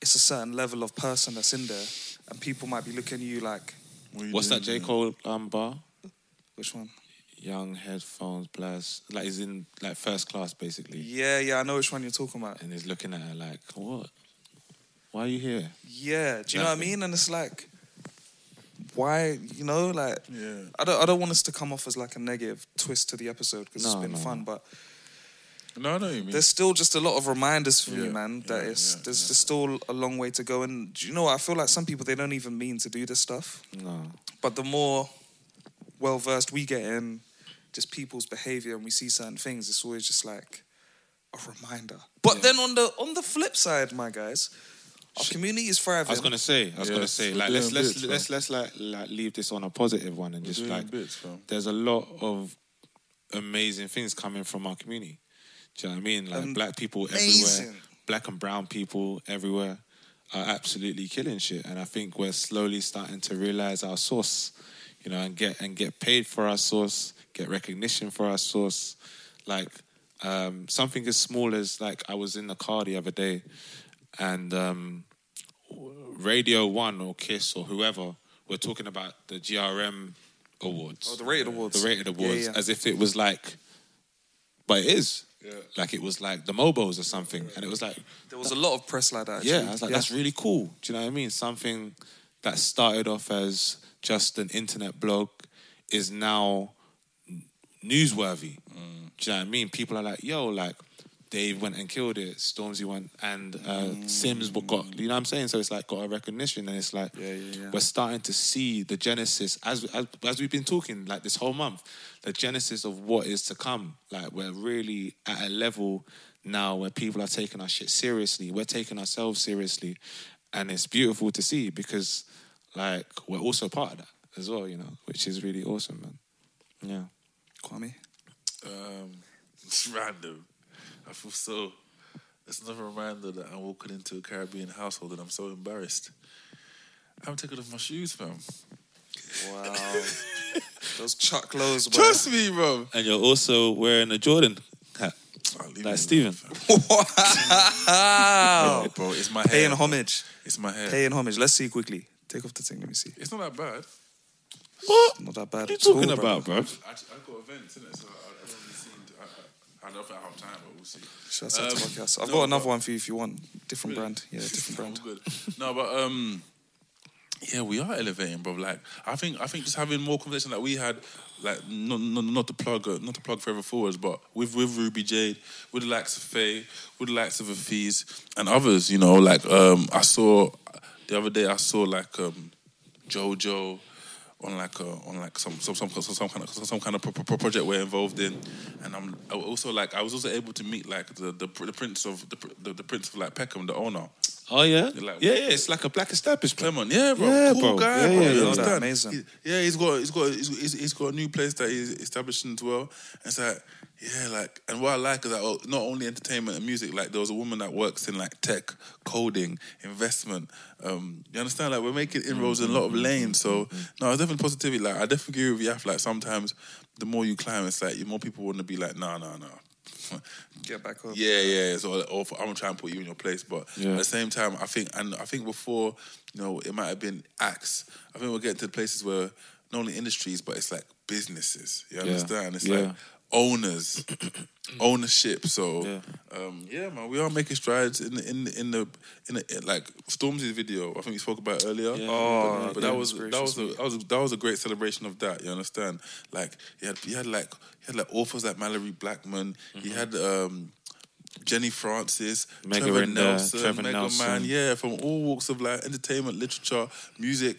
Speaker 3: it's a certain level of person that's in there, and people might be looking at you like,
Speaker 5: What are you
Speaker 4: What's that J
Speaker 5: doing?
Speaker 4: Cole um, bar?
Speaker 3: "Which one?"
Speaker 4: Young headphones, blast. Like he's in like first class basically,
Speaker 3: Yeah, yeah, I know which one you're talking about.
Speaker 4: and he's looking at her like, "What? Why are you here?"
Speaker 3: Yeah, do you know what I
Speaker 4: Exactly.
Speaker 3: mean? And it's like, why? You know, like,
Speaker 5: Yeah.
Speaker 3: I don't, I don't want us to come off as like a negative twist to the episode because it's
Speaker 4: No,
Speaker 3: been
Speaker 4: no,
Speaker 3: fun, but
Speaker 5: No, I know what
Speaker 4: Mm.
Speaker 5: you mean.
Speaker 3: there's still just a lot of reminders for me,
Speaker 5: Yeah,
Speaker 3: man. That
Speaker 5: yeah,
Speaker 3: it's
Speaker 5: yeah,
Speaker 3: there's
Speaker 5: yeah.
Speaker 3: just still a long way to go. And do you know, what? I feel like some people they don't even mean to do this stuff.
Speaker 4: No,
Speaker 3: But the more well versed we get in just people's behavior and we see certain things, it's always just like a reminder. But then on the on the flip side, my guys, our community is thriving.
Speaker 4: I was gonna say, I was gonna
Speaker 5: Yes,
Speaker 4: say,
Speaker 5: we're
Speaker 4: like let's
Speaker 5: doing
Speaker 4: let's
Speaker 5: bits,
Speaker 4: let's let's like, like leave this on a positive one and just
Speaker 5: doing
Speaker 4: like
Speaker 5: bits, fam.
Speaker 4: there's a lot of amazing things coming from our community. Do you know what I mean? Like black people everywhere,
Speaker 3: Amazing.
Speaker 4: black and brown people everywhere are absolutely killing shit, and I think we're slowly starting to realize our source, you know, and get and get paid for our source, get recognition for our source, like. Um, something as small as like I was in the car the other day, and um, Radio One or Kiss or whoever were talking about the GRM awards.
Speaker 3: Oh, the Rated Awards.
Speaker 4: The rated
Speaker 3: Yeah,
Speaker 4: awards,
Speaker 3: yeah.
Speaker 4: as if it was like, but it is. Like it was like the Mobos or something, and it was like,
Speaker 3: there was a lot of press like that.
Speaker 4: yeah,
Speaker 3: actually.
Speaker 4: I was like, that's really cool. Do you know what I mean? Something that started off as just an internet blog is now n- newsworthy.
Speaker 3: Mm.
Speaker 4: Do you know what I mean? People are like, yo, like Dave went and killed it, Stormzy went and uh,
Speaker 3: Mm.
Speaker 4: Sims but got, you know what I'm saying? So it's like got a recognition, and it's like
Speaker 3: yeah, yeah.
Speaker 4: we're starting to see the genesis as, as as we've been talking like this whole month, the genesis of what is to come. Like we're really at a level now where people are taking our shit seriously. We're taking ourselves seriously, and it's beautiful to see because like we're also part of that as well, you know, which is really awesome, man. Yeah.
Speaker 3: Kwame.
Speaker 5: Um, it's random. I feel so. It's another reminder that I'm walking into a Caribbean household and I'm so embarrassed. I haven't taken off my shoes, fam.
Speaker 3: Wow. Those Chuck Lows. bro.
Speaker 5: Trust me, bro.
Speaker 4: And you're also wearing a Jordan hat,
Speaker 5: Oh, leave me alone,
Speaker 4: like Steven.
Speaker 5: fam.
Speaker 3: wow.
Speaker 5: Oh, bro, it's my hair.
Speaker 3: Paying homage.
Speaker 5: It's my hair.
Speaker 3: Paying homage. Let's see quickly. Take off the thing. Let me see.
Speaker 5: It's not that bad.
Speaker 4: What
Speaker 3: Not that bad.
Speaker 4: are you
Speaker 3: at all,
Speaker 4: talking
Speaker 3: brother.
Speaker 4: about, bro?
Speaker 5: I, I got events, innit? So I, I don't really see. I, I, I don't think I have time, but we'll see.
Speaker 3: Shout out
Speaker 5: Um,
Speaker 3: to podcast. I've
Speaker 5: no,
Speaker 3: got another
Speaker 5: but-
Speaker 3: one for you if you want. Different
Speaker 5: Really?
Speaker 3: brand. Yeah, different brand.
Speaker 5: All good. No, but um, yeah, we are elevating, bro. Like, I think I think just having more conversation that we had, like, not not, not to plug uh, not to plug forever forwards, but with with Ruby Jade, with the likes of Faye, with the likes of Afiz and others. You know, like um, I saw the other day, I saw like um, JoJo. On like a, on like some some some, some, some kind of some, some kind of pro- pro- pro- project we're involved in, and I'm I also like I was also able to meet like the the, the prince of the, the the prince of like Peckham, the owner.
Speaker 4: Oh yeah,
Speaker 5: You're like-
Speaker 4: yeah, yeah. It's like a black establishment.
Speaker 5: Clement, yeah, bro,
Speaker 4: Yeah,
Speaker 5: cool
Speaker 4: bro.
Speaker 5: guy,
Speaker 4: Yeah,
Speaker 5: bro.
Speaker 4: yeah,
Speaker 5: you
Speaker 4: yeah.
Speaker 5: understand?
Speaker 3: Amazing.
Speaker 5: He- yeah, he's got, he's got, he's, he's, he's got a new place that he's establishing as well. And it's like, yeah, like, and what I like is that oh, not only entertainment and music, like there was a woman that works in like tech, coding, investment. Um, you understand? Like we're making inroads in a lot of lanes. So
Speaker 4: Mm-hmm.
Speaker 5: no, it's definitely positivity. Like I definitely agree with Yaf. Like sometimes the more you climb, it's like the more people want to be like, nah, nah, nah.
Speaker 3: Get back up.
Speaker 5: Yeah, yeah. So or for, I'm gonna try and put you in your place, but
Speaker 4: Yeah.
Speaker 5: at the same time, I think and I think before, you know, it might have been acts. I think we're getting to the places where not only industries, but it's like businesses. You understand? It's
Speaker 4: Yeah.
Speaker 5: like owners, ownership. So um, yeah, man, we are making strides in the, in the, in the in the like Stormzy's video. I think we spoke about earlier.
Speaker 3: Oh,
Speaker 5: but, but that was
Speaker 3: goodness gracious
Speaker 5: that was, a, that was that was a great celebration of that. You understand? Like he had he had like he had like authors like Mallory Blackman. He had. um Jenny Francis,
Speaker 4: Mega
Speaker 5: Trevor
Speaker 4: Rinder,
Speaker 5: Nelson,
Speaker 4: Trevor
Speaker 5: Mega
Speaker 4: Nelson.
Speaker 5: Man, yeah, from all walks of life, entertainment, literature, music,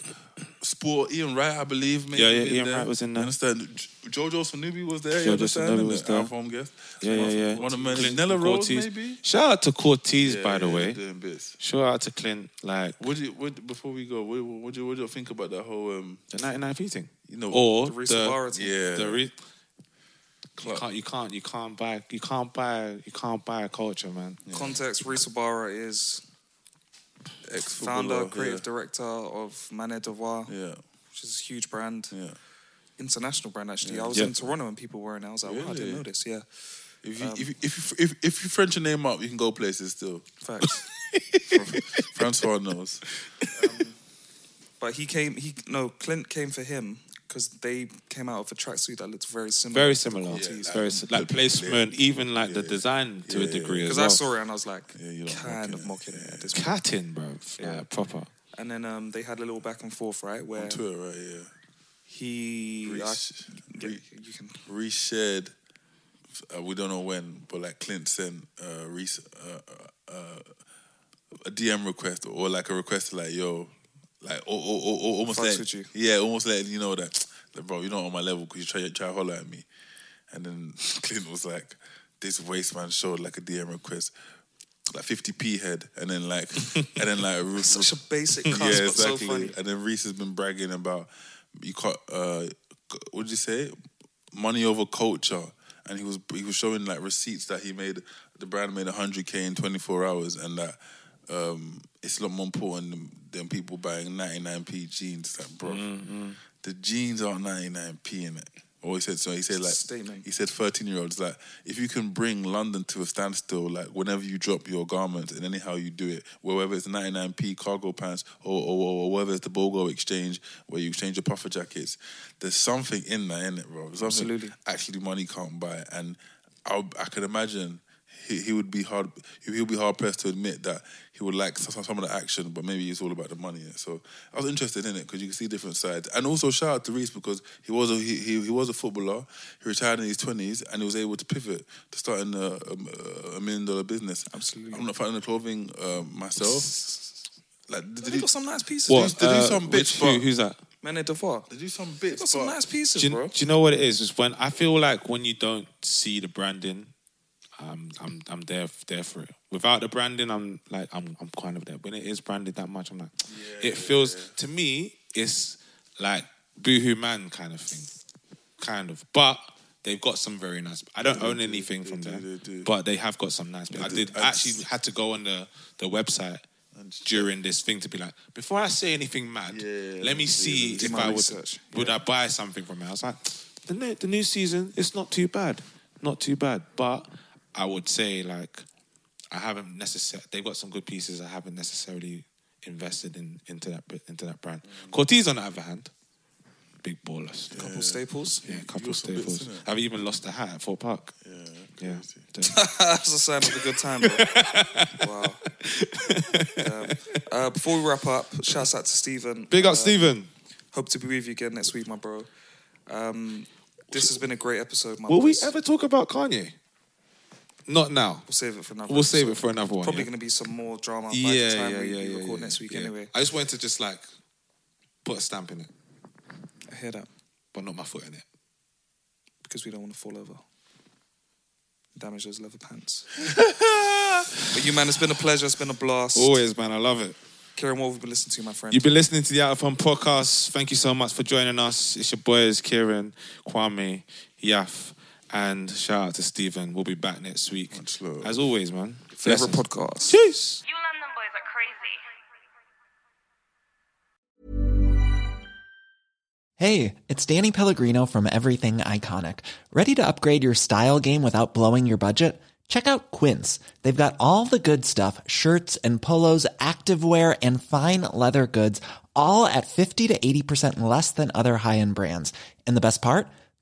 Speaker 5: sport. Ian Wright, I believe, maybe
Speaker 4: Yeah, yeah,
Speaker 5: in
Speaker 4: Ian
Speaker 5: there.
Speaker 4: Wright was in there.
Speaker 5: You understand? J- Jojo Sanubi was there.
Speaker 4: Jojo
Speaker 5: you understand?
Speaker 4: Sanubi
Speaker 5: And
Speaker 4: was
Speaker 5: the
Speaker 4: there.
Speaker 5: Alpha Home guest.
Speaker 4: Yeah, yeah,
Speaker 5: One-
Speaker 4: yeah.
Speaker 5: One of my
Speaker 4: Clint
Speaker 5: Nella Rose,
Speaker 4: Cortez.
Speaker 5: maybe.
Speaker 4: Shout out to Cortez,
Speaker 5: Yeah,
Speaker 4: by the
Speaker 5: yeah,
Speaker 4: way.
Speaker 5: doing bits.
Speaker 4: Shout out to Clint, like
Speaker 5: What do you, what, before we go, what, what do you, what do you think about that whole, um,
Speaker 4: the 99p thing.
Speaker 5: you know,
Speaker 4: Or
Speaker 3: The
Speaker 4: the,
Speaker 3: recent virality.
Speaker 5: yeah,
Speaker 4: the re- you
Speaker 5: club.
Speaker 4: can't you can't you can't buy you can't buy you can't buy a culture, man.
Speaker 3: Context: Reese Ibarra is
Speaker 5: Ex-footballer,
Speaker 3: founder, creative director of Manet Devoir,
Speaker 5: Yeah,
Speaker 3: which is a huge brand,
Speaker 5: yeah. yeah.
Speaker 3: international brand actually. I was
Speaker 4: Yeah.
Speaker 3: in Toronto when people were in. I was like, wow, I
Speaker 5: Really?
Speaker 3: didn't know this. Yeah,
Speaker 5: If you, if, you, if, you, if, if you French your name up, you can go places still.
Speaker 3: facts.
Speaker 5: Francois knows.
Speaker 3: but he came. He no, Clint came for him because they came out of a tracksuit that looked very similar.
Speaker 4: Very similar. it's very si- like placement, even like the design to a degree as
Speaker 3: Because
Speaker 4: well.
Speaker 3: I saw it and I was like,
Speaker 5: you're like
Speaker 3: kind
Speaker 5: mocking
Speaker 3: of mocking it at this point.
Speaker 4: catting, bro. Like, proper.
Speaker 3: And then um, they had a little back and forth, right? Where
Speaker 5: Twitter, right? uh, Yeah.
Speaker 3: he, I-
Speaker 5: Reese-
Speaker 3: yeah,
Speaker 5: Re-
Speaker 3: you can
Speaker 5: reshared. Uh, we don't know when, but like Clint sent uh, Reese uh, uh, uh, a DM request or like a request like yo, like or, or, or, or almost
Speaker 3: Fucks
Speaker 5: like
Speaker 3: with you.
Speaker 5: yeah, almost letting you know that like, bro, you're not on my level because you try try to holler at me, and then Clint was like, this waste man showed like a DM request. Like fifty p head, and then like, and then like re-
Speaker 3: such a basic cuss,
Speaker 5: yeah,
Speaker 3: but
Speaker 5: exactly.
Speaker 3: so funny.
Speaker 5: And then Reese has been bragging about you caught uh, what did you say? Money over culture, and he was he was showing like receipts that he made. The brand made hundred k in twenty four hours, and that um, it's a lot more important than, than people buying ninety nine p jeans. Like, bro, the jeans aren't ninety nine p in it. Or he said so. He said like
Speaker 3: Statement.
Speaker 5: he said thirteen year olds like if you can bring London to a standstill like whenever you drop your garments and anyhow you do it, whether it's ninety nine p cargo pants or, or, or whether it's the Bogo exchange where you exchange your puffer jackets, there's something in that in it, bro. Something
Speaker 3: Absolutely.
Speaker 5: Actually, money can't buy, and I I can imagine. He, he would be hard. He would be hard pressed to admit that he would like some, some of the action, but maybe it's all about the money. So I was interested in it because you can see different sides. And also shout out to Reese because he was a he, he, he was a footballer. He retired in his twenties and he was able to pivot to starting a, a, a million dollar business.
Speaker 3: Absolutely.
Speaker 5: I'm not fighting the clothing uh, myself. Like did,
Speaker 3: They
Speaker 5: he,
Speaker 3: got some nice pieces.
Speaker 4: What?
Speaker 5: to do
Speaker 4: uh,
Speaker 5: some
Speaker 4: which-
Speaker 5: bitch,
Speaker 4: who-
Speaker 5: but-
Speaker 4: who's that?
Speaker 3: Man at Devoir.
Speaker 5: they do some
Speaker 3: They got
Speaker 5: bits,
Speaker 3: some
Speaker 5: but
Speaker 3: nice pieces,
Speaker 4: do you,
Speaker 3: bro.
Speaker 4: do you know what it is? Is when I feel like when you don't see the branding, I'm I'm I'm there f- there for it. Without the branding, I'm like I'm I'm kind of there. When it is branded that much, I'm like, it feels to me it's like boohoo man kind of thing, kind of. But they've got some very nice. I don't own anything from
Speaker 5: do,
Speaker 4: them,
Speaker 5: they do.
Speaker 4: but they have got some nice. I
Speaker 5: do.
Speaker 4: did
Speaker 5: I
Speaker 4: I
Speaker 5: just-
Speaker 4: actually had to go on the the website. During this thing to be like, before I say anything mad,
Speaker 5: Yeah,
Speaker 4: let me see
Speaker 3: Do
Speaker 4: if
Speaker 3: my
Speaker 4: I would
Speaker 3: research.
Speaker 4: would I buy something from it? I was like, the new, the new season, it's not too bad, not too bad. But I would say like, I haven't necessarily. They've got some good pieces. I haven't necessarily invested in into that into that brand. Cortez, on the other hand, big ballers.
Speaker 3: Mm.
Speaker 4: Yeah,
Speaker 3: Couple staples.
Speaker 4: a couple
Speaker 5: got some bits,
Speaker 4: staples.
Speaker 5: innit?
Speaker 4: I've even lost a hat at Fort Park.
Speaker 5: Yeah,
Speaker 4: Yeah,
Speaker 5: crazy.
Speaker 3: That's a sign of a good time, bro. wow. Um, uh, before we wrap up, shouts out to Stephen.
Speaker 4: big up
Speaker 3: Uh,
Speaker 4: Stephen.
Speaker 3: Hope to be with you again next week, my bro. Um, this has been a great episode, my
Speaker 4: Will we
Speaker 3: boys.
Speaker 4: ever talk about Kanye? Not now.
Speaker 3: We'll save it for another.
Speaker 4: We'll save
Speaker 3: episode.
Speaker 4: it for another one.
Speaker 3: Probably
Speaker 4: yeah?
Speaker 3: going to be some more drama by
Speaker 4: yeah,
Speaker 3: the time
Speaker 4: yeah,
Speaker 3: we,
Speaker 4: yeah,
Speaker 3: we
Speaker 4: yeah,
Speaker 3: record
Speaker 4: yeah,
Speaker 3: next week.
Speaker 4: yeah.
Speaker 3: Anyway,
Speaker 4: I just wanted to just like put a stamp in it,
Speaker 3: I hear that
Speaker 4: but not my foot in it.
Speaker 3: because we don't want to fall over. Damage those leather pants. but you, man, it's been a pleasure. It's been a blast.
Speaker 4: Always, man, I love it.
Speaker 3: Kieran, what have we been listening to, my friend?
Speaker 4: You've been listening to the Out of Fun podcast. Thank you so much for joining us. It's your boys, Kieran, Kwame, Yaf, and shout out to Stephen. We'll be back next week.
Speaker 5: Much love.
Speaker 4: As always, man.
Speaker 3: Favorite
Speaker 4: Blessings.
Speaker 3: podcast.
Speaker 4: Peace.
Speaker 2: You London boys are crazy.
Speaker 8: Hey, it's Danny Pellegrino from Everything Iconic. Ready to upgrade your style game without blowing your budget? Check out Quince. They've got all the good stuff shirts and polos, activewear, and fine leather goods, all at 50 to 80% less than other high end brands. And the best part?